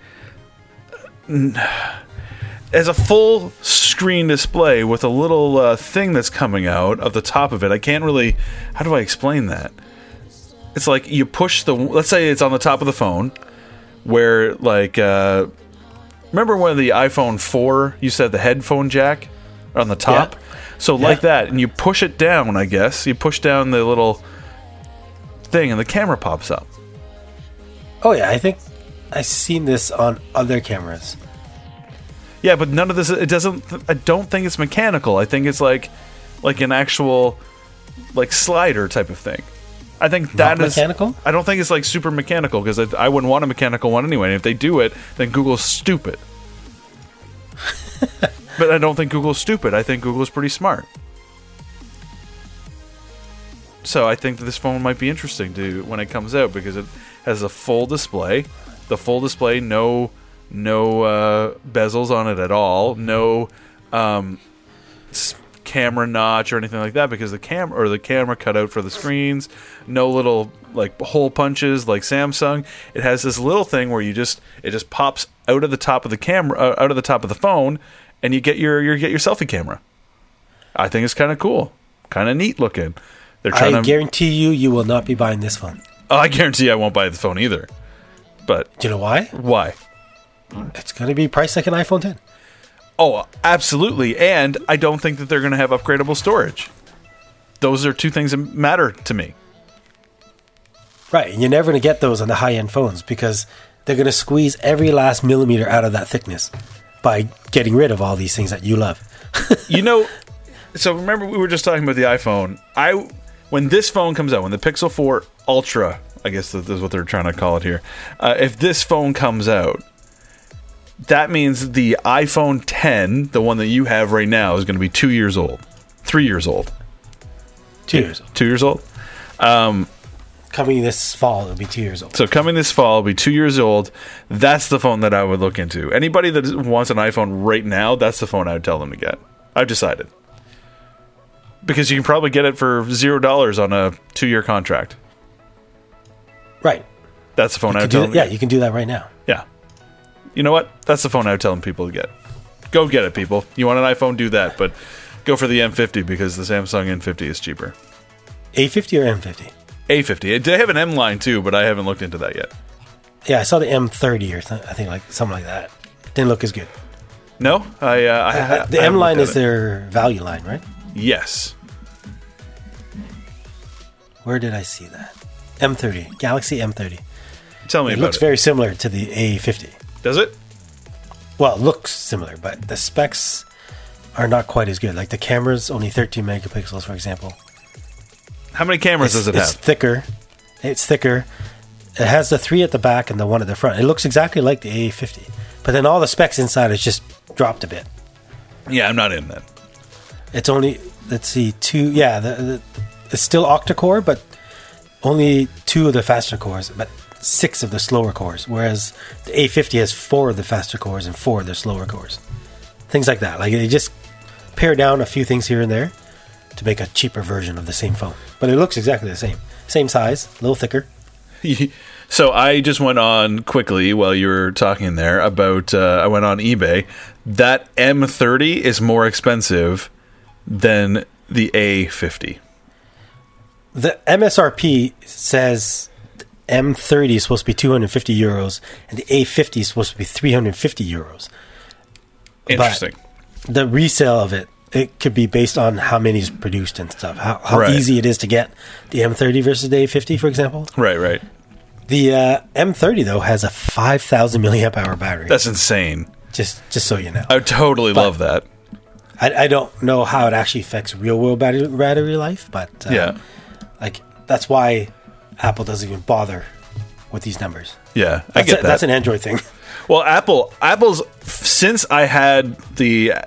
Speaker 2: as a full screen display with a little uh, thing that's coming out of the top of it. I can't really. How do I explain that? It's like you push the. Let's say it's on the top of the phone, where like. Uh, remember when the iPhone 4 used to have the headphone jack on the top? So like that, and you push it down. I guess you push down the little thing, and the camera pops up.
Speaker 1: Oh yeah, I think I've seen this on other cameras.
Speaker 2: Yeah, but none of this. It doesn't. I don't think it's mechanical. I think it's like, like an actual, like slider type of thing. I think that is
Speaker 1: mechanical?
Speaker 2: I don't think it's like super mechanical because I, I wouldn't want a mechanical one anyway. And if they do it, then Google's stupid. but I don't think Google's stupid. I think Google's pretty smart. So I think that this phone might be interesting to when it comes out because it has a full display, the full display, no no uh, bezels on it at all, no um, s- camera notch or anything like that because the camera or the camera cutout for the screens, no little like hole punches like Samsung. It has this little thing where you just it just pops out of the top of the camera uh, out of the top of the phone, and you get your you get your selfie camera. I think it's kind of cool, kind of neat looking. They're trying
Speaker 1: I
Speaker 2: to.
Speaker 1: guarantee you, you will not be buying this phone.
Speaker 2: Oh, I guarantee I won't buy the phone either. But
Speaker 1: Do you know why?
Speaker 2: why?
Speaker 1: It's going to be priced like an iPhone 10.
Speaker 2: Oh, absolutely. And I don't think that they're going to have upgradable storage. Those are two things that matter to me.
Speaker 1: Right, and you're never going to get those on the high end phones because they're going to squeeze every last millimeter out of that thickness by getting rid of all these things that you love.
Speaker 2: You know, so remember we were just talking about the iPhone. I when this phone comes out, when the Pixel 4 Ultra, I guess that is what they're trying to call it here. Uh, if this phone comes out, that means the iPhone 10, the one that you have right now, is going to be two years old, three years old,
Speaker 1: Two years old.
Speaker 2: two years old.
Speaker 1: Coming this fall, it'll be two years old.
Speaker 2: So coming this fall, will be two years old. That's the phone that I would look into. Anybody that wants an iPhone right now, that's the phone I would tell them to get. I've decided because you can probably get it for zero dollars on a two-year contract.
Speaker 1: Right.
Speaker 2: That's the phone I
Speaker 1: You
Speaker 2: would
Speaker 1: do
Speaker 2: tell
Speaker 1: that-
Speaker 2: them.
Speaker 1: yeah,
Speaker 2: to
Speaker 1: you can do that right now.
Speaker 2: get. yeah. You know what? That's the phone I would tell people to get. Go get it, people. You want an iPhone? Do that, but go for the M50 because the Samsung N50 is cheaper.
Speaker 1: A50 or M50?
Speaker 2: A50. They have an M line too, but I haven't looked into that yet.
Speaker 1: Yeah, I saw the M30 or th- I think like something like that. Didn't look as good.
Speaker 2: No, I. Uh,
Speaker 1: Uh,
Speaker 2: I ha-
Speaker 1: the
Speaker 2: I haven't
Speaker 1: M line
Speaker 2: looked
Speaker 1: is
Speaker 2: at it.
Speaker 1: their value line, right?
Speaker 2: Yes.
Speaker 1: Where did I see that? M30, Galaxy M30.
Speaker 2: Tell me
Speaker 1: It
Speaker 2: about
Speaker 1: looks
Speaker 2: it.
Speaker 1: very similar to the A50.
Speaker 2: Does it?
Speaker 1: Well, it looks similar, but the specs are not quite as good. Like the camera's only 13 megapixels, for example.
Speaker 2: How many cameras does it
Speaker 1: it's
Speaker 2: have?
Speaker 1: thicker. It's thicker. It has the three at the back and the one at the front. It looks exactly like the A50, but then all the specs inside is just dropped a bit.
Speaker 2: yeah, I'm not in that.
Speaker 1: It's only let's see two. Yeah, the, the, it's still octa-core, but only two of the faster cores, but six of the slower cores. Whereas the A50 has four of the faster cores and four of the slower cores. Things like that. Like they just pare down a few things here and there to make a cheaper version of the same phone, but it looks exactly the same. Same size, a little thicker.
Speaker 2: so I just went on quickly while you were talking there about. Uh, I went on eBay. That M30 is more expensive than the A50.
Speaker 1: the MSRP says M30 is supposed to be 250 euros and the A50 is supposed to be 350 euros.
Speaker 2: Interesting.
Speaker 1: The resale of it, it could be based on how many is produced and stuff, how, how
Speaker 2: Right.
Speaker 1: easy it is to get the M30 versus the A50, for example.
Speaker 2: right, right.
Speaker 1: The uh, M30 though has a 5,000 milliamp hour battery.
Speaker 2: That's insane.
Speaker 1: just just so you know,
Speaker 2: I would totally love that.
Speaker 1: I, I don't know how it actually affects real world battery, battery life, but uh,
Speaker 2: yeah,
Speaker 1: like that's why Apple doesn't even bother with these numbers.
Speaker 2: yeah. I
Speaker 1: That's
Speaker 2: get
Speaker 1: a-
Speaker 2: that.
Speaker 1: That's an Android thing.
Speaker 2: Well, Apple, Apple's since I had the uh,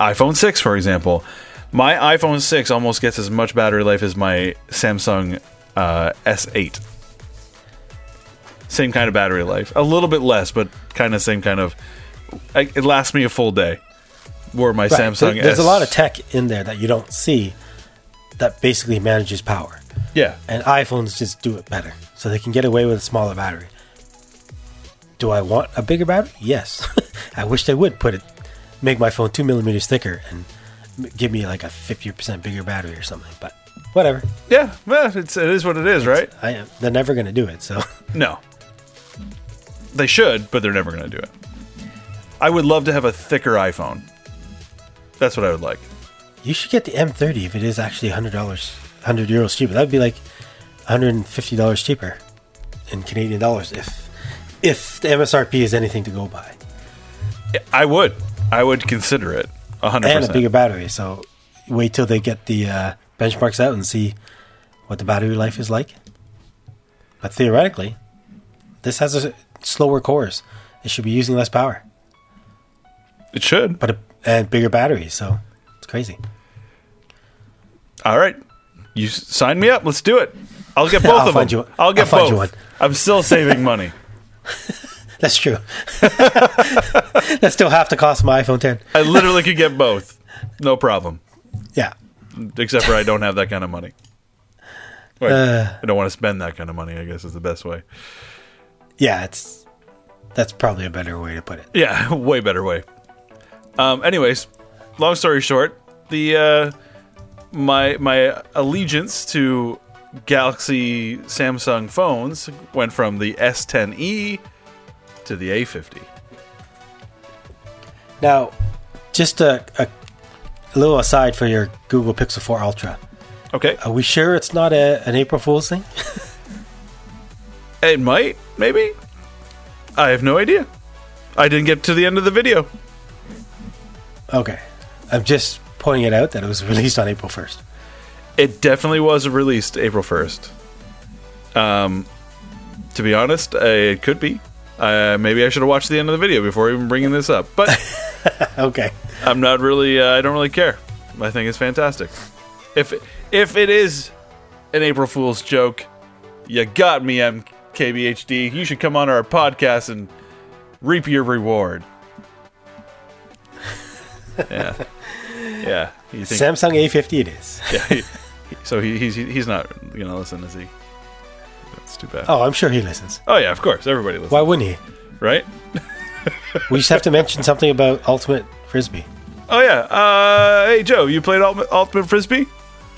Speaker 2: iPhone 6, for example, my iPhone 6 almost gets as much battery life as my Samsung uh, S8. Same kind of battery life, a little bit less, but kind of same kind of. I, it lasts me a full day. Where my
Speaker 1: Right.
Speaker 2: Samsung,
Speaker 1: There- there's
Speaker 2: S-
Speaker 1: a lot of tech in there that you don't see that basically manages power,
Speaker 2: yeah,
Speaker 1: and iPhones just do it better, so they can get away with a smaller battery. Do I want a bigger battery? Yes. I wish they would put it, make my phone two millimeters thicker and m- give me like a fifty percent bigger battery or something. But whatever,
Speaker 2: yeah. Well, it's it is what it is, right?
Speaker 1: I they're never gonna do it. So
Speaker 2: No. They should, but they're never going to do it. I would love to have a thicker iPhone. That's what I would like.
Speaker 1: you should get the M30 if it is actually hundred dollars, hundred euros cheaper. That'd be like hundred and fifty dollars cheaper in Canadian dollars if if the MSRP is anything to go by.
Speaker 2: I would. I would consider it. 100%.
Speaker 1: and a bigger battery. So wait till they get the uh, benchmarks out and see what the battery life is like. But theoretically, this has a s- slower cores. It should be using less power,
Speaker 2: it should.
Speaker 1: but a, and bigger battery. So it's crazy.
Speaker 2: All right. You s- sign me up. Let's do it. I'll get both
Speaker 1: I'll
Speaker 2: of
Speaker 1: find
Speaker 2: them.
Speaker 1: you-
Speaker 2: I'll get
Speaker 1: I'll find you
Speaker 2: both.
Speaker 1: one.
Speaker 2: I'm still saving money.
Speaker 1: That's true. That's still half the cost of my iPhone 10.
Speaker 2: I literally could get both. No problem.
Speaker 1: Yeah.
Speaker 2: Except for I don't have that kind of money. Wait,
Speaker 1: Uh.
Speaker 2: I don't want to spend that kind of money, I guess is the best way.
Speaker 1: Yeah, it's that's probably a better way to put it.
Speaker 2: Yeah, way better way. Um, anyways, long story short, the uh, my my allegiance to Galaxy Samsung phones went from the S10e to the A50.
Speaker 1: Now, just a, a, a little aside for your Google Pixel 4 Ultra.
Speaker 2: Okay,
Speaker 1: Are we sure it's not a, an April Fool's thing?
Speaker 2: it might, maybe. I have no idea. I didn't get to the end of the video.
Speaker 1: Okay. I'm just pointing it out that it was released on April 1st.
Speaker 2: It definitely was released April 1st. Um, to be honest, uh, it could be. Uh, maybe I should have watched the end of the video before even bringing this up. But
Speaker 1: Okay.
Speaker 2: I'm not really. Uh, I don't really care. I think it's fantastic. If if it is an April Fool's joke, you got me, MKBHD. You should come on our podcast and reap your reward. Yeah, yeah. You think?
Speaker 1: Samsung A50 it is.
Speaker 2: yeah, he- so he, he's he's not gonna listen, is he? That's too bad. Oh,
Speaker 1: Oh, I'm sure he listens.
Speaker 2: yeah, of course. Everybody listens,
Speaker 1: Why wouldn't he?
Speaker 2: right?
Speaker 1: We just have to mention something about Ultimate Frisbee.
Speaker 2: Oh yeah. Uh, hey Joe, you played Ultimate, Ultimate Frisbee?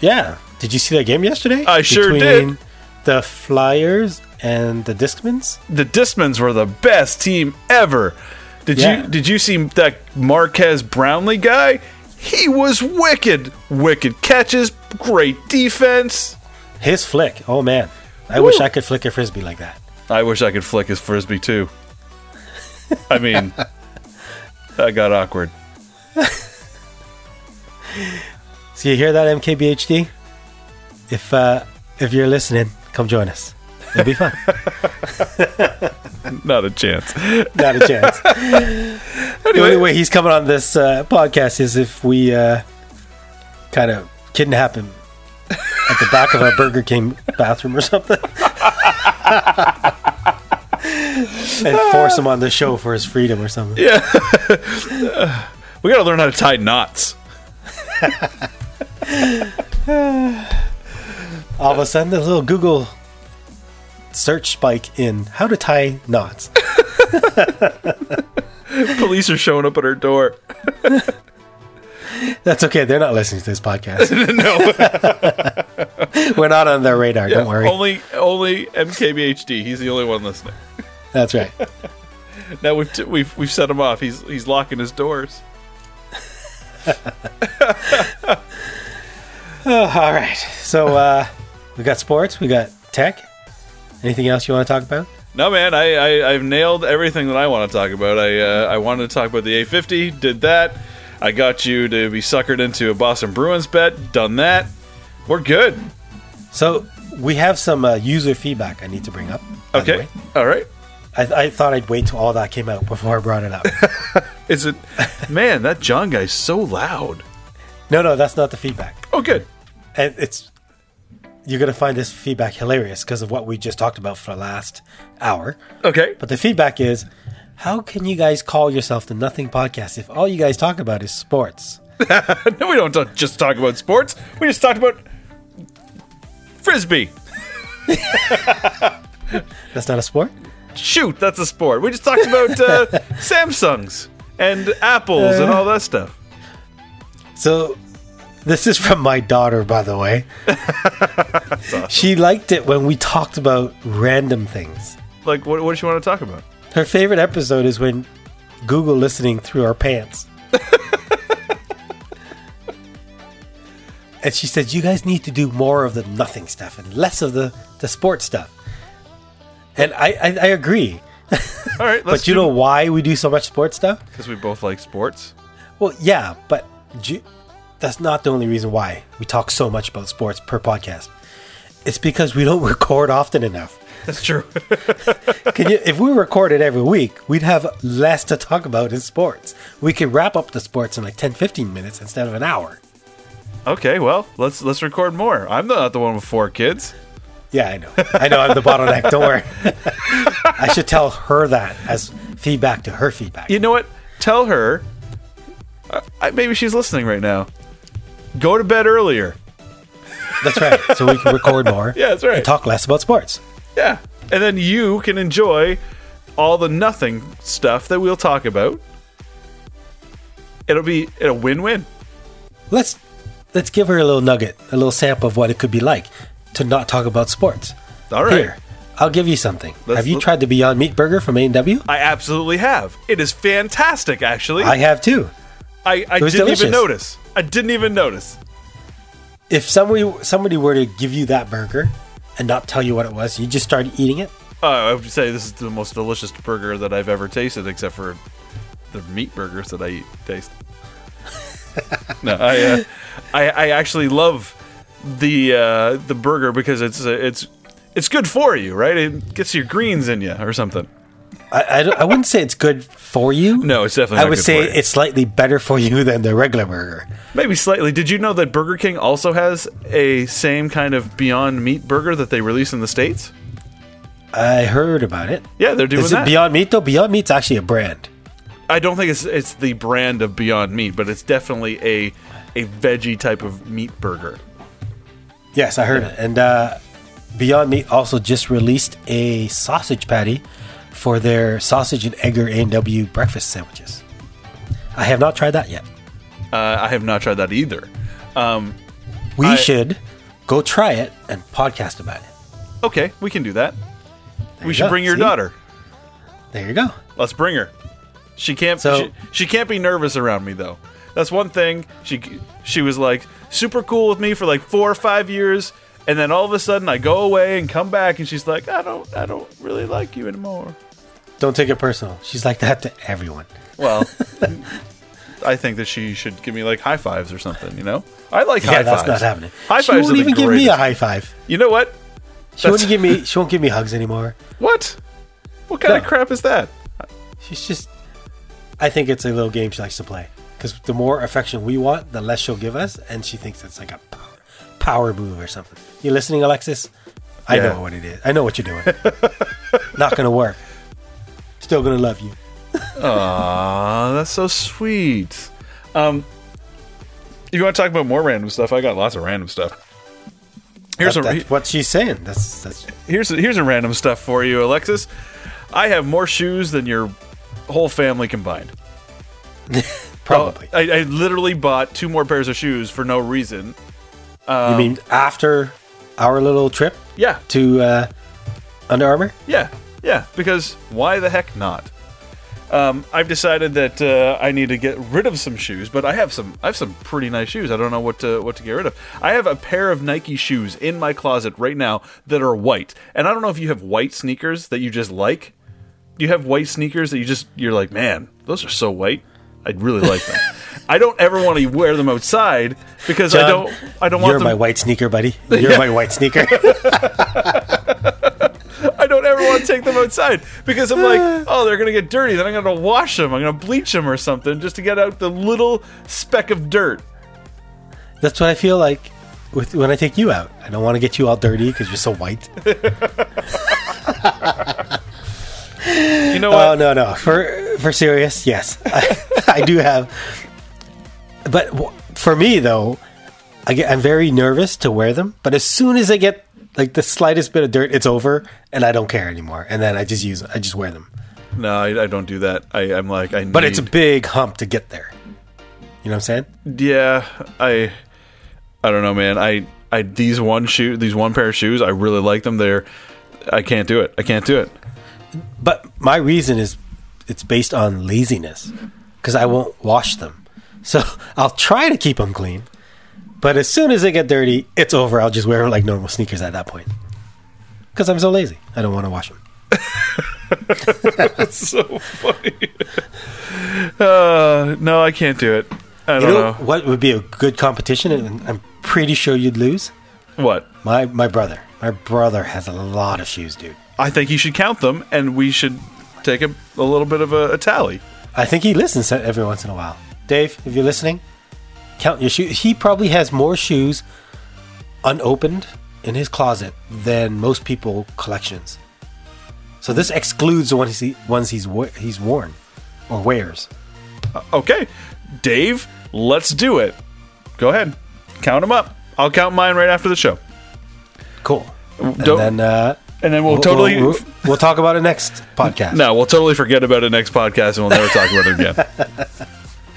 Speaker 1: Yeah. Did you see that game yesterday?
Speaker 2: I sure did.
Speaker 1: The Flyers and the Discmans?
Speaker 2: the Discmans were the best team ever. Did
Speaker 1: Yeah.
Speaker 2: you did you see that Marquez Brownlee guy? He was wicked. Wicked catches, great defense.
Speaker 1: His flick. Oh, man. I wish I could flick a frisbee like that.
Speaker 2: I wish I could flick his frisbee too. I mean, that got awkward.
Speaker 1: So you hear that, MKBHD? If uh, if you're listening, come join us. It'll be fun.
Speaker 2: Not a chance.
Speaker 1: Not a chance. The only way he's coming on this uh, podcast is if we uh, kind of kidnap him at the back of a Burger King bathroom or something. and force him on the show for his freedom or something.
Speaker 2: We got to learn how to tie knots.
Speaker 1: All of a sudden, there's a little Google search spike in how to tie knots.
Speaker 2: Police are showing up at our door.
Speaker 1: That's okay. They're not listening to this podcast.
Speaker 2: no,
Speaker 1: We're not on their radar. Don't worry.
Speaker 2: only only MKBHD. He's the only one listening.
Speaker 1: That's right.
Speaker 2: Now we've t- we've we've set him off. He's he's locking his doors.
Speaker 1: All right. So uh, we got sports. We got tech. Anything else you want to talk about?
Speaker 2: No man, I, I I've nailed everything that I want to talk about. I uh, I wanted to talk about the A50, did that. I got you to be suckered into a Boston Bruins bet, done that. We're good.
Speaker 1: So we have some uh, user feedback I need to bring up. by the
Speaker 2: Okay.
Speaker 1: way.
Speaker 2: All right.
Speaker 1: I, I thought I'd wait till all that came out before I brought it up.
Speaker 2: Is it Man, that John guy's so loud.
Speaker 1: no, no, that's not the feedback.
Speaker 2: Oh good.
Speaker 1: And it's you're gonna find this feedback hilarious because of what we just talked about for the last hour.
Speaker 2: Okay.
Speaker 1: But the feedback is, how can you guys call yourself the Nothing Podcast if all you guys talk about is sports?
Speaker 2: No, we don't t- just talk about sports. We just talked about frisbee.
Speaker 1: That's not a sport.
Speaker 2: Shoot, that's a sport. We just talked about uh, Samsungs and apples
Speaker 1: Uh.
Speaker 2: and all that stuff.
Speaker 1: So, this is from my daughter, by the way. She liked it when we talked about random things.
Speaker 2: Like what what does she want to talk about?
Speaker 1: Her favorite episode is when Google listening through our pants. and she said, You guys need to do more of the nothing stuff and less of the, the sports stuff. And I, I, I agree.
Speaker 2: All right, let's
Speaker 1: but you know why we do so much sports stuff?
Speaker 2: because we both like sports.
Speaker 1: Well, yeah, but ju- that's not the only reason why we talk so much about sports per podcast. It's because we don't record often enough.
Speaker 2: That's true.
Speaker 1: Can you, if we recorded every week, we'd have less to talk about in sports. We could wrap up the sports in like 10, 15 minutes instead of an hour.
Speaker 2: okay, well, let's let's record more. I'm not the one with four kids.
Speaker 1: Yeah, I know. I know I'm the bottleneck. Don't worry. I should tell her that as feedback to her feedback.
Speaker 2: You know what? Tell her. I- I, maybe she's listening right now. Go to bed earlier.
Speaker 1: That's right. So we can record more.
Speaker 2: Yeah, that's right.
Speaker 1: And talk less about sports.
Speaker 2: Yeah, and then you can enjoy all the nothing stuff that we'll talk about. It'll be a win-win.
Speaker 1: let's let's give her a little nugget, a little sample of what it could be like to not talk about sports.
Speaker 2: All right.
Speaker 1: Here, I'll give you something.
Speaker 2: Let's-
Speaker 1: have you
Speaker 2: let's-
Speaker 1: tried the Beyond Meat Burger from A&W?
Speaker 2: I absolutely have. It is fantastic, actually.
Speaker 1: I
Speaker 2: I
Speaker 1: have too.
Speaker 2: I, didn't
Speaker 1: was
Speaker 2: even
Speaker 1: delicious.
Speaker 2: notice. I didn't even notice.
Speaker 1: If somebody somebody were to give you that burger and not tell you what it was, you just start eating it.
Speaker 2: Uh, I would say this is the most delicious burger that I've ever tasted, except for the meat burgers that I eat, taste. no, I, uh, I I actually love the uh, the burger because it's uh, it's it's good for you, right? It gets your greens in you or something.
Speaker 1: I, I, don't- I wouldn't say it's good for you.
Speaker 2: No, it's definitely.
Speaker 1: I
Speaker 2: not
Speaker 1: would
Speaker 2: good
Speaker 1: say
Speaker 2: for you.
Speaker 1: it's slightly better for you than the regular burger.
Speaker 2: maybe slightly. Did you know that Burger King also has a same kind of Beyond Meat burger that they release in the states?
Speaker 1: I heard about it.
Speaker 2: Yeah, they're doing
Speaker 1: Is
Speaker 2: that.
Speaker 1: it Beyond Meat though? Beyond Meat's actually a brand.
Speaker 2: I don't think it's it's the brand of Beyond Meat, but it's definitely a a veggie type of meat burger.
Speaker 1: Yes, I heard it. And uh, Beyond Meat also just released a sausage patty for their sausage and egg or A&W breakfast sandwiches. I have not tried that yet.
Speaker 2: Uh, I have not tried that either. Um,
Speaker 1: We
Speaker 2: I-
Speaker 1: should go try it and podcast about it.
Speaker 2: okay, we can do that. we
Speaker 1: you
Speaker 2: should
Speaker 1: go,
Speaker 2: bring your
Speaker 1: see?
Speaker 2: daughter.
Speaker 1: There you go.
Speaker 2: Let's bring her. She can't.
Speaker 1: So-
Speaker 2: she, she can't be nervous around me though. That's one thing. She she was like super cool with me for like four or five years, And then all of a sudden, I go away and come back, and she's like, "I don't, I don't really like you anymore."
Speaker 1: Don't take it personal. She's like that to everyone.
Speaker 2: Well, I think that she should give me like high fives or something. You know, I like
Speaker 1: Yeah,
Speaker 2: high
Speaker 1: that's not
Speaker 2: fives.
Speaker 1: happening.
Speaker 2: High
Speaker 1: she
Speaker 2: fives
Speaker 1: won't
Speaker 2: are the
Speaker 1: even give me a
Speaker 2: greatest.
Speaker 1: high five.
Speaker 2: You know what?
Speaker 1: She
Speaker 2: That's-
Speaker 1: won't give me. She won't give me hugs anymore.
Speaker 2: What? What kind of
Speaker 1: No.
Speaker 2: crap is that?
Speaker 1: She's just. I think it's a little game she likes to play because the more affection we want, the less she'll give us, and she thinks it's like a power, power move or something. You listening, Alexis? I
Speaker 2: Yeah.
Speaker 1: know what it is. I know what you're doing. Not gonna work. Still gonna love you.
Speaker 2: Aw, Ah, that's so sweet. Um, if you want to talk about more random stuff, I got lots of random stuff. Here's
Speaker 1: That-
Speaker 2: a Oh,
Speaker 1: that's what she's saying. That's that's
Speaker 2: here's a, here's a random stuff for you, Alexis. I have more shoes than your whole family combined.
Speaker 1: probably.
Speaker 2: I, I literally bought two more pairs of shoes for no reason. um,
Speaker 1: you mean after our little trip
Speaker 2: Yeah,
Speaker 1: to uh, Under Armour?
Speaker 2: yeah, yeah. Because why the heck not? Um, I've decided that uh, I need to get rid of some shoes, but I have some I have some pretty nice shoes. I don't know what to what to get rid of. I have a pair of Nike shoes in my closet right now that are white, and I don't know if you have white sneakers that you just like. Do you have white sneakers that you just you're like, man, those are so white. I'd really like them. I don't ever want to wear them outside because I
Speaker 1: John,
Speaker 2: don't I don't want
Speaker 1: You're
Speaker 2: them.
Speaker 1: my white sneaker, buddy. You're my white sneaker.
Speaker 2: I don't ever want to take them outside because I'm like, oh, they're gonna get dirty. Then I'm gonna wash them. I'm gonna bleach them or something just to get out the little speck of dirt.
Speaker 1: That's what I feel like with when I take you out. I don't want to get you all dirty because you're so white.
Speaker 2: You know
Speaker 1: oh
Speaker 2: what?
Speaker 1: no, no. For for serious, yes, I, I do have. But w- for me though, I get I'm very nervous to wear them. But as soon as I get like the slightest bit of dirt, it's over, and I don't care anymore. And then I just use I just wear them.
Speaker 2: No, I, I don't do that. I, I'm like, I.
Speaker 1: But it's a big hump to get there. You know what I'm saying?
Speaker 2: yeah. I I don't know, man. I I these one shoe, these one pair of shoes. I really like them. They're I can't do it. I can't do it.
Speaker 1: But my reason is it's based on laziness because I won't wash them. So I'll try to keep them clean, but as soon as they get dirty, it's over. I'll just wear them like normal sneakers at that point because I'm so lazy. I don't want to wash them.
Speaker 2: so funny. uh, no, I can't do it. I
Speaker 1: You
Speaker 2: don't
Speaker 1: know,
Speaker 2: know
Speaker 1: what would be a good competition, and I'm pretty sure you'd lose?
Speaker 2: what.
Speaker 1: My my brother. My brother has a lot of shoes, dude.
Speaker 2: I think you should count them, and we should take a, a little bit of a, a tally.
Speaker 1: I think he listens every once in a while. Dave, if you're listening, count your shoes. He probably has more shoes unopened in his closet than most people collections. So this excludes the ones he ones he's wo- he's worn or wears.
Speaker 2: Okay, Dave, let's do it. Go ahead, count them up. I'll count mine right after the show,
Speaker 1: Cool. And
Speaker 2: Don't-
Speaker 1: then uh,
Speaker 2: and then we'll, totally.
Speaker 1: we'll, we'll talk about it next podcast.
Speaker 2: no, we'll totally forget about it next podcast, and we'll never talk about it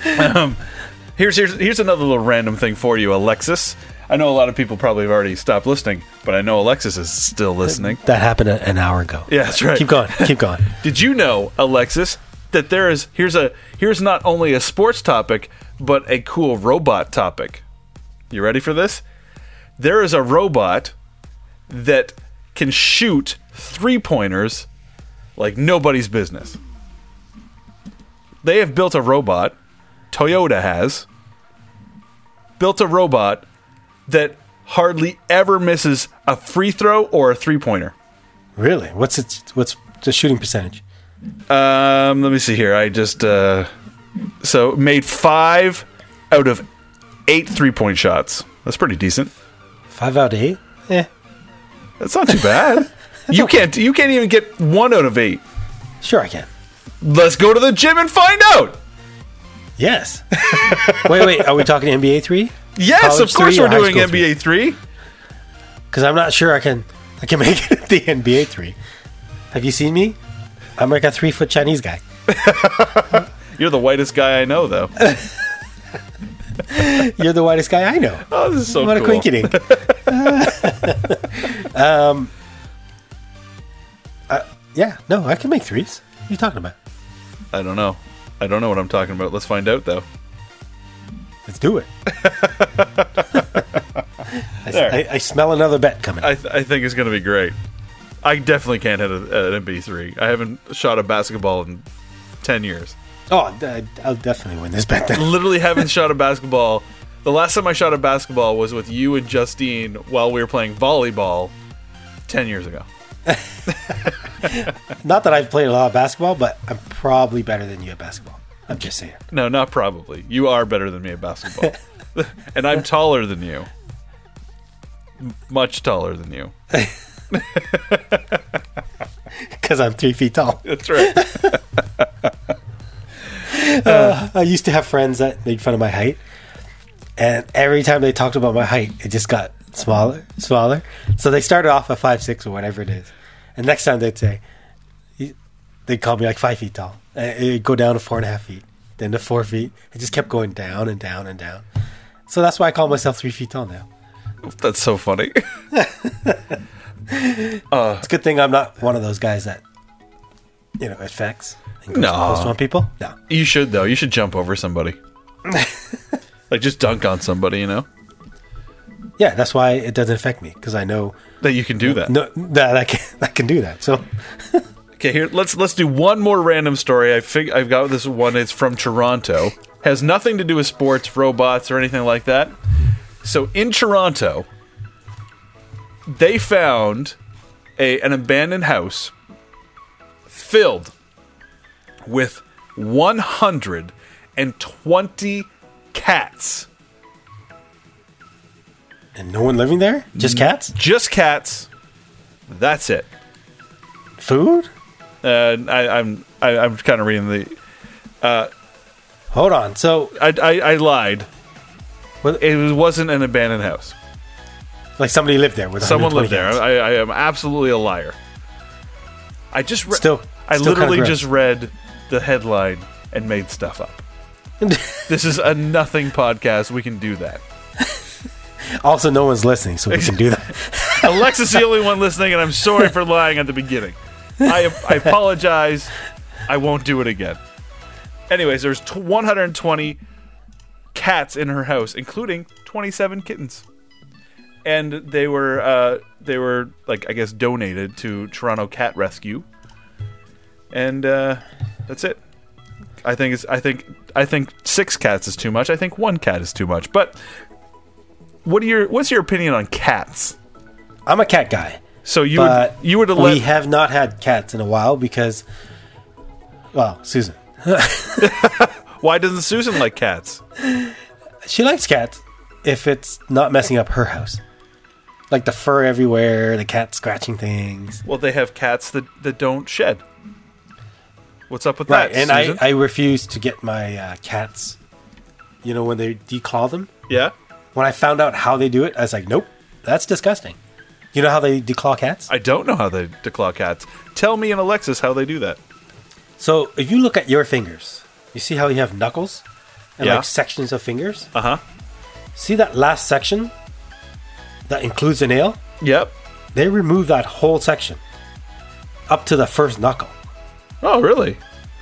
Speaker 2: again. um, here's here's here's another little random thing for you, Alexis. I know a lot of people probably have already stopped listening, but I know Alexis is still listening.
Speaker 1: that happened a- an hour ago.
Speaker 2: Yeah, that's right.
Speaker 1: Keep going. Keep going.
Speaker 2: Did you know, Alexis, that there is here's a here's not only a sports topic, but a cool robot topic. You ready for this? There is a robot that can shoot three pointers like nobody's business. They have built a robot, Toyota has built a robot that hardly ever misses a free throw or a three pointer.
Speaker 1: really? What's its what's the shooting percentage?
Speaker 2: Um, let me see here. I just uh, so made five out of eight three-point shots. That's pretty decent.
Speaker 1: Five out of eight. Yeah,
Speaker 2: That's not too bad. you can't. You can't even get one out of eight.
Speaker 1: sure I can.
Speaker 2: Let's go to the gym and find out.
Speaker 1: Yes. wait, wait. Are we talking NBA three?
Speaker 2: Yes,
Speaker 1: College
Speaker 2: of course
Speaker 1: three or
Speaker 2: we're
Speaker 1: high
Speaker 2: doing
Speaker 1: school
Speaker 2: NBA three.
Speaker 1: Because I'm not sure I can I can make it at the NBA three. Have you seen me? I'm like a three foot Chinese guy.
Speaker 2: You're the whitest guy I know, though.
Speaker 1: You're the whitest guy I know.
Speaker 2: Oh, this is so
Speaker 1: what
Speaker 2: cool.
Speaker 1: a quinky dink. um, uh, yeah, no, I can make threes. What are you talking about?
Speaker 2: I don't know. I don't know what I'm talking about. Let's find out, though.
Speaker 1: Let's do it. I,
Speaker 2: There.
Speaker 1: I, I smell another bet coming.
Speaker 2: I, th- I think it's going to be great. I definitely can't hit a, an MB3. I haven't shot a basketball in 10 years.
Speaker 1: oh, I, I'll definitely win this bet then.
Speaker 2: Literally haven't shot a basketball. The last time I shot a basketball was with you and Justine while we were playing volleyball 10 years ago.
Speaker 1: Not that I've played a lot of basketball, but I'm probably better than you at basketball. I'm just saying.
Speaker 2: No, not probably. You are better than me at basketball. and I'm taller than you. M- Much taller than you.
Speaker 1: Because I'm three feet tall.
Speaker 2: That's right.
Speaker 1: I used to have friends that made fun of my height, and every time they talked about my height, it just got smaller, smaller. So they started off at five six or whatever it is, and next time they'd say, they called me like five feet tall. And It'd go down to four and a half feet, then to four feet. It just kept going down and down and down. So that's why I call myself three feet tall now.
Speaker 2: That's so funny.
Speaker 1: It's a good thing I'm not one of those guys that, you know, affects and goes
Speaker 2: No.
Speaker 1: no. close on people. No,
Speaker 2: You should though. You should jump over somebody. like just dunk on somebody, you know?
Speaker 1: yeah, that's why it doesn't affect me because I know
Speaker 2: That you can do that.
Speaker 1: no that I can I can do that. So
Speaker 2: Okay, here let's let's do one more random story. I fig- I've got this one. It's from Toronto. Has nothing to do with sports, robots, or anything like that. So in Toronto, they found a an abandoned house filled with 120 cats.
Speaker 1: And no one living there? Just
Speaker 2: Mm-hmm.
Speaker 1: cats?
Speaker 2: Just cats. That's it.
Speaker 1: Food?
Speaker 2: Uh, I, I'm I, I'm kind of reading the.
Speaker 1: Hold on. So,
Speaker 2: I, I, I lied.
Speaker 1: Well-
Speaker 2: It wasn't an abandoned house.
Speaker 1: like, somebody lived there with
Speaker 2: Someone lived
Speaker 1: 120
Speaker 2: there.
Speaker 1: cats.
Speaker 2: I, I am absolutely a liar. I just re-
Speaker 1: Still-
Speaker 2: I
Speaker 1: still kinda
Speaker 2: literally
Speaker 1: gross.
Speaker 2: just read the headline and made stuff up. this is a nothing podcast. We can do that.
Speaker 1: Also, no one's listening, so we can do that.
Speaker 2: Alexa's the only one listening, and I'm sorry for lying at the beginning. I, I apologize. I won't do it again. Anyways, there's t- 120 cats in her house, including 27 kittens, and they were uh, they were like I guess donated to Toronto Cat Rescue, and uh, that's it. I think it's, I think I think six cats is too much. I think one cat is too much. But what are your what's your opinion on cats?
Speaker 1: I'm a cat guy,
Speaker 2: So you would
Speaker 1: but
Speaker 2: you would have
Speaker 1: we
Speaker 2: let
Speaker 1: have not had cats in a while because, well, Susan,
Speaker 2: why doesn't Susan like cats?
Speaker 1: she likes cats if it's not messing up her house. Like the fur everywhere, the cat scratching things.
Speaker 2: Well, they have cats that, that don't shed. What's up with
Speaker 1: Right. and
Speaker 2: that? Susan?
Speaker 1: I, I refuse to get my uh, cats, you know, when they declaw them.
Speaker 2: yeah,
Speaker 1: When I found out how they do it, I was like, nope, that's disgusting. You know how they declaw cats?
Speaker 2: I don't know how they declaw cats. Tell me and Alexis how they do that.
Speaker 1: So if you look at your fingers, you see how you have knuckles and
Speaker 2: Yeah.
Speaker 1: like sections of fingers.
Speaker 2: Uh huh.
Speaker 1: See that last section that includes a nail?
Speaker 2: Yep.
Speaker 1: They remove that whole section up to the first knuckle.
Speaker 2: Oh, really?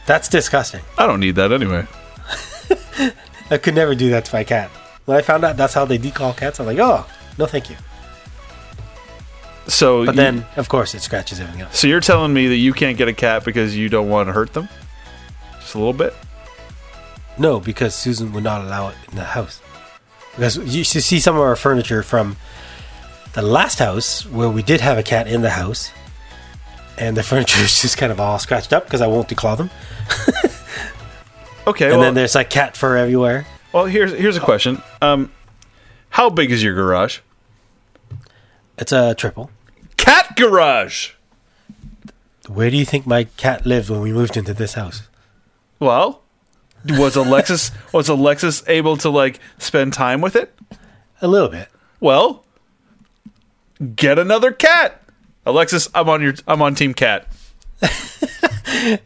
Speaker 1: That's disgusting.
Speaker 2: I don't need that anyway.
Speaker 1: I could never do that to my cat. When I found out that's how they decall cats, I'm like, oh, no, thank you.
Speaker 2: So
Speaker 1: But
Speaker 2: you-
Speaker 1: then, of course, it scratches everything else.
Speaker 2: so you're telling me that you can't get a cat because you don't want to hurt them, just a little bit.
Speaker 1: No, because Susan would not allow it in the house. Because you should see some of our furniture from the last house where we did have a cat in the house. And the furniture is just kind of all scratched up because I won't declaw them.
Speaker 2: Okay.
Speaker 1: And
Speaker 2: well,
Speaker 1: then there's like cat fur everywhere.
Speaker 2: well, here's here's a question. Um, how big is your garage?
Speaker 1: It's a triple.
Speaker 2: Cat garage.
Speaker 1: Where do you think my cat lived when we moved into this house?
Speaker 2: Well, was Alexis was Alexis able to like spend time with it?
Speaker 1: A little bit.
Speaker 2: Well, get another cat. Alexis, I'm on your I'm on team cat.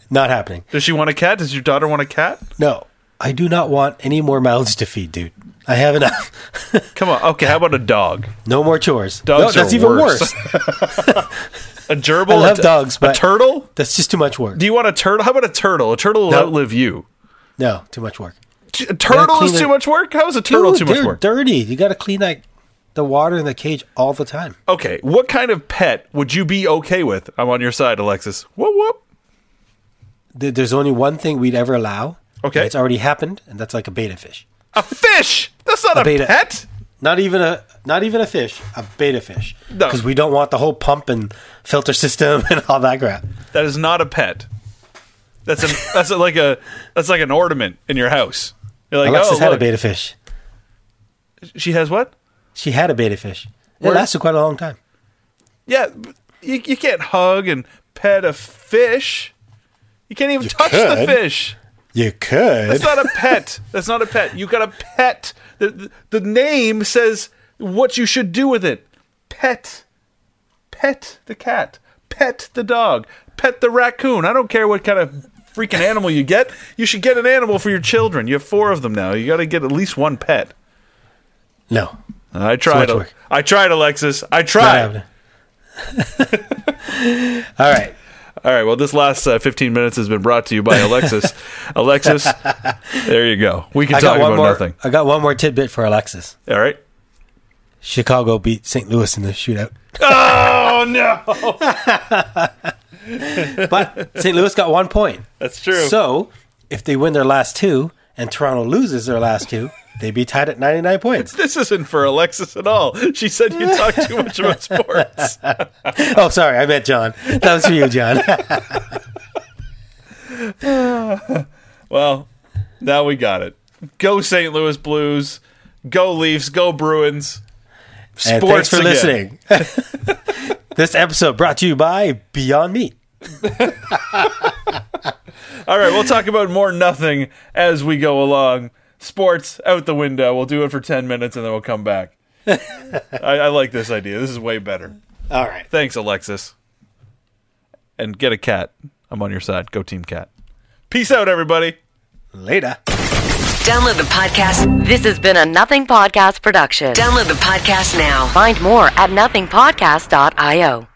Speaker 1: Not happening.
Speaker 2: Does she want a cat? Does your daughter want a cat?
Speaker 1: No, I do not want any more mouths to feed, dude. I have enough.
Speaker 2: Come on. Okay, how about a dog?
Speaker 1: No more chores. no,
Speaker 2: Dogs
Speaker 1: that's
Speaker 2: are
Speaker 1: even
Speaker 2: worse.
Speaker 1: worse.
Speaker 2: A gerbil?
Speaker 1: I
Speaker 2: A
Speaker 1: love
Speaker 2: t-
Speaker 1: dogs,
Speaker 2: A
Speaker 1: but-
Speaker 2: turtle?
Speaker 1: That's just too much work.
Speaker 2: Do you want a turtle? How about a turtle? A turtle will
Speaker 1: No.
Speaker 2: outlive you.
Speaker 1: No, too much work.
Speaker 2: T- A turtle
Speaker 1: clean
Speaker 2: is too
Speaker 1: it.
Speaker 2: much work? How is a turtle
Speaker 1: Dude,
Speaker 2: too much
Speaker 1: they're
Speaker 2: work?
Speaker 1: dirty. You got to clean that the water in the cage all the time.
Speaker 2: Okay, what kind of pet would you be okay with? I'm on your side, Alexis. Whoop whoop.
Speaker 1: There- There's only one thing we'd ever allow.
Speaker 2: Okay.
Speaker 1: and It's already happened, and that's like a beta fish.
Speaker 2: A fish. That's not a,
Speaker 1: beta-
Speaker 2: pet.
Speaker 1: Not even a not even a fish, a beta fish.
Speaker 2: No.
Speaker 1: Because we don't want the whole pump and filter system and all that crap.
Speaker 2: That is not a pet. That's an that's a, like a that's like an ornament in your house. You're like,
Speaker 1: Alexis
Speaker 2: oh,
Speaker 1: had a
Speaker 2: look,
Speaker 1: beta fish.
Speaker 2: She has what?
Speaker 1: She had a beta fish. It
Speaker 2: Where-
Speaker 1: lasted quite a long time.
Speaker 2: Yeah, but you, you can't hug and pet a fish. You can't even touch the
Speaker 1: could.
Speaker 2: fish.
Speaker 1: You could.
Speaker 2: That's not a pet. That's not a pet. You got a pet. The, the the name says what you should do with it. Pet. Pet the cat. Pet the dog. Pet the raccoon. I don't care what kind of freaking animal you get. You should get an animal for your children. You have four of them now. You got to get at least one pet.
Speaker 1: No.
Speaker 2: I
Speaker 1: much
Speaker 2: tried. Al-
Speaker 1: work.
Speaker 2: I tried, Alexis. I
Speaker 1: Not
Speaker 2: tried.
Speaker 1: happening. all right.
Speaker 2: All right. Well, this last uh, 15 minutes has been brought to you by Alexis. Alexis, there you go. We can
Speaker 1: I
Speaker 2: talk
Speaker 1: got
Speaker 2: about
Speaker 1: one more
Speaker 2: nothing.
Speaker 1: I got one more tidbit for Alexis.
Speaker 2: All right.
Speaker 1: Chicago beat St. Louis in the shootout.
Speaker 2: Oh no,
Speaker 1: But St. Louis got one point.
Speaker 2: that's true.
Speaker 1: So if they win their last two and Toronto loses their last two, they'd be tied at 99 points.
Speaker 2: this isn't for Alexis at all. She said you talk too much about sports.
Speaker 1: Oh, sorry. I meant John. That was for you, John.
Speaker 2: Well, now we got it. Go St. Louis Blues. Go Leafs. Go Bruins. Sports
Speaker 1: and thanks for
Speaker 2: again.
Speaker 1: listening. this episode brought to you by Beyond Meat.
Speaker 2: All right, we'll talk about more nothing as we go along. Sports out the window. We'll do it for 10 minutes and then we'll come back. I, I like this idea. This is way better.
Speaker 1: All right.
Speaker 2: Thanks, Alexis. And get a cat. I'm on your side. Go, Team Cat. Peace out, everybody.
Speaker 1: Later.
Speaker 3: Download the podcast. This has been a Nothing Podcast production. Download the podcast now. Find more at nothingpodcast.io.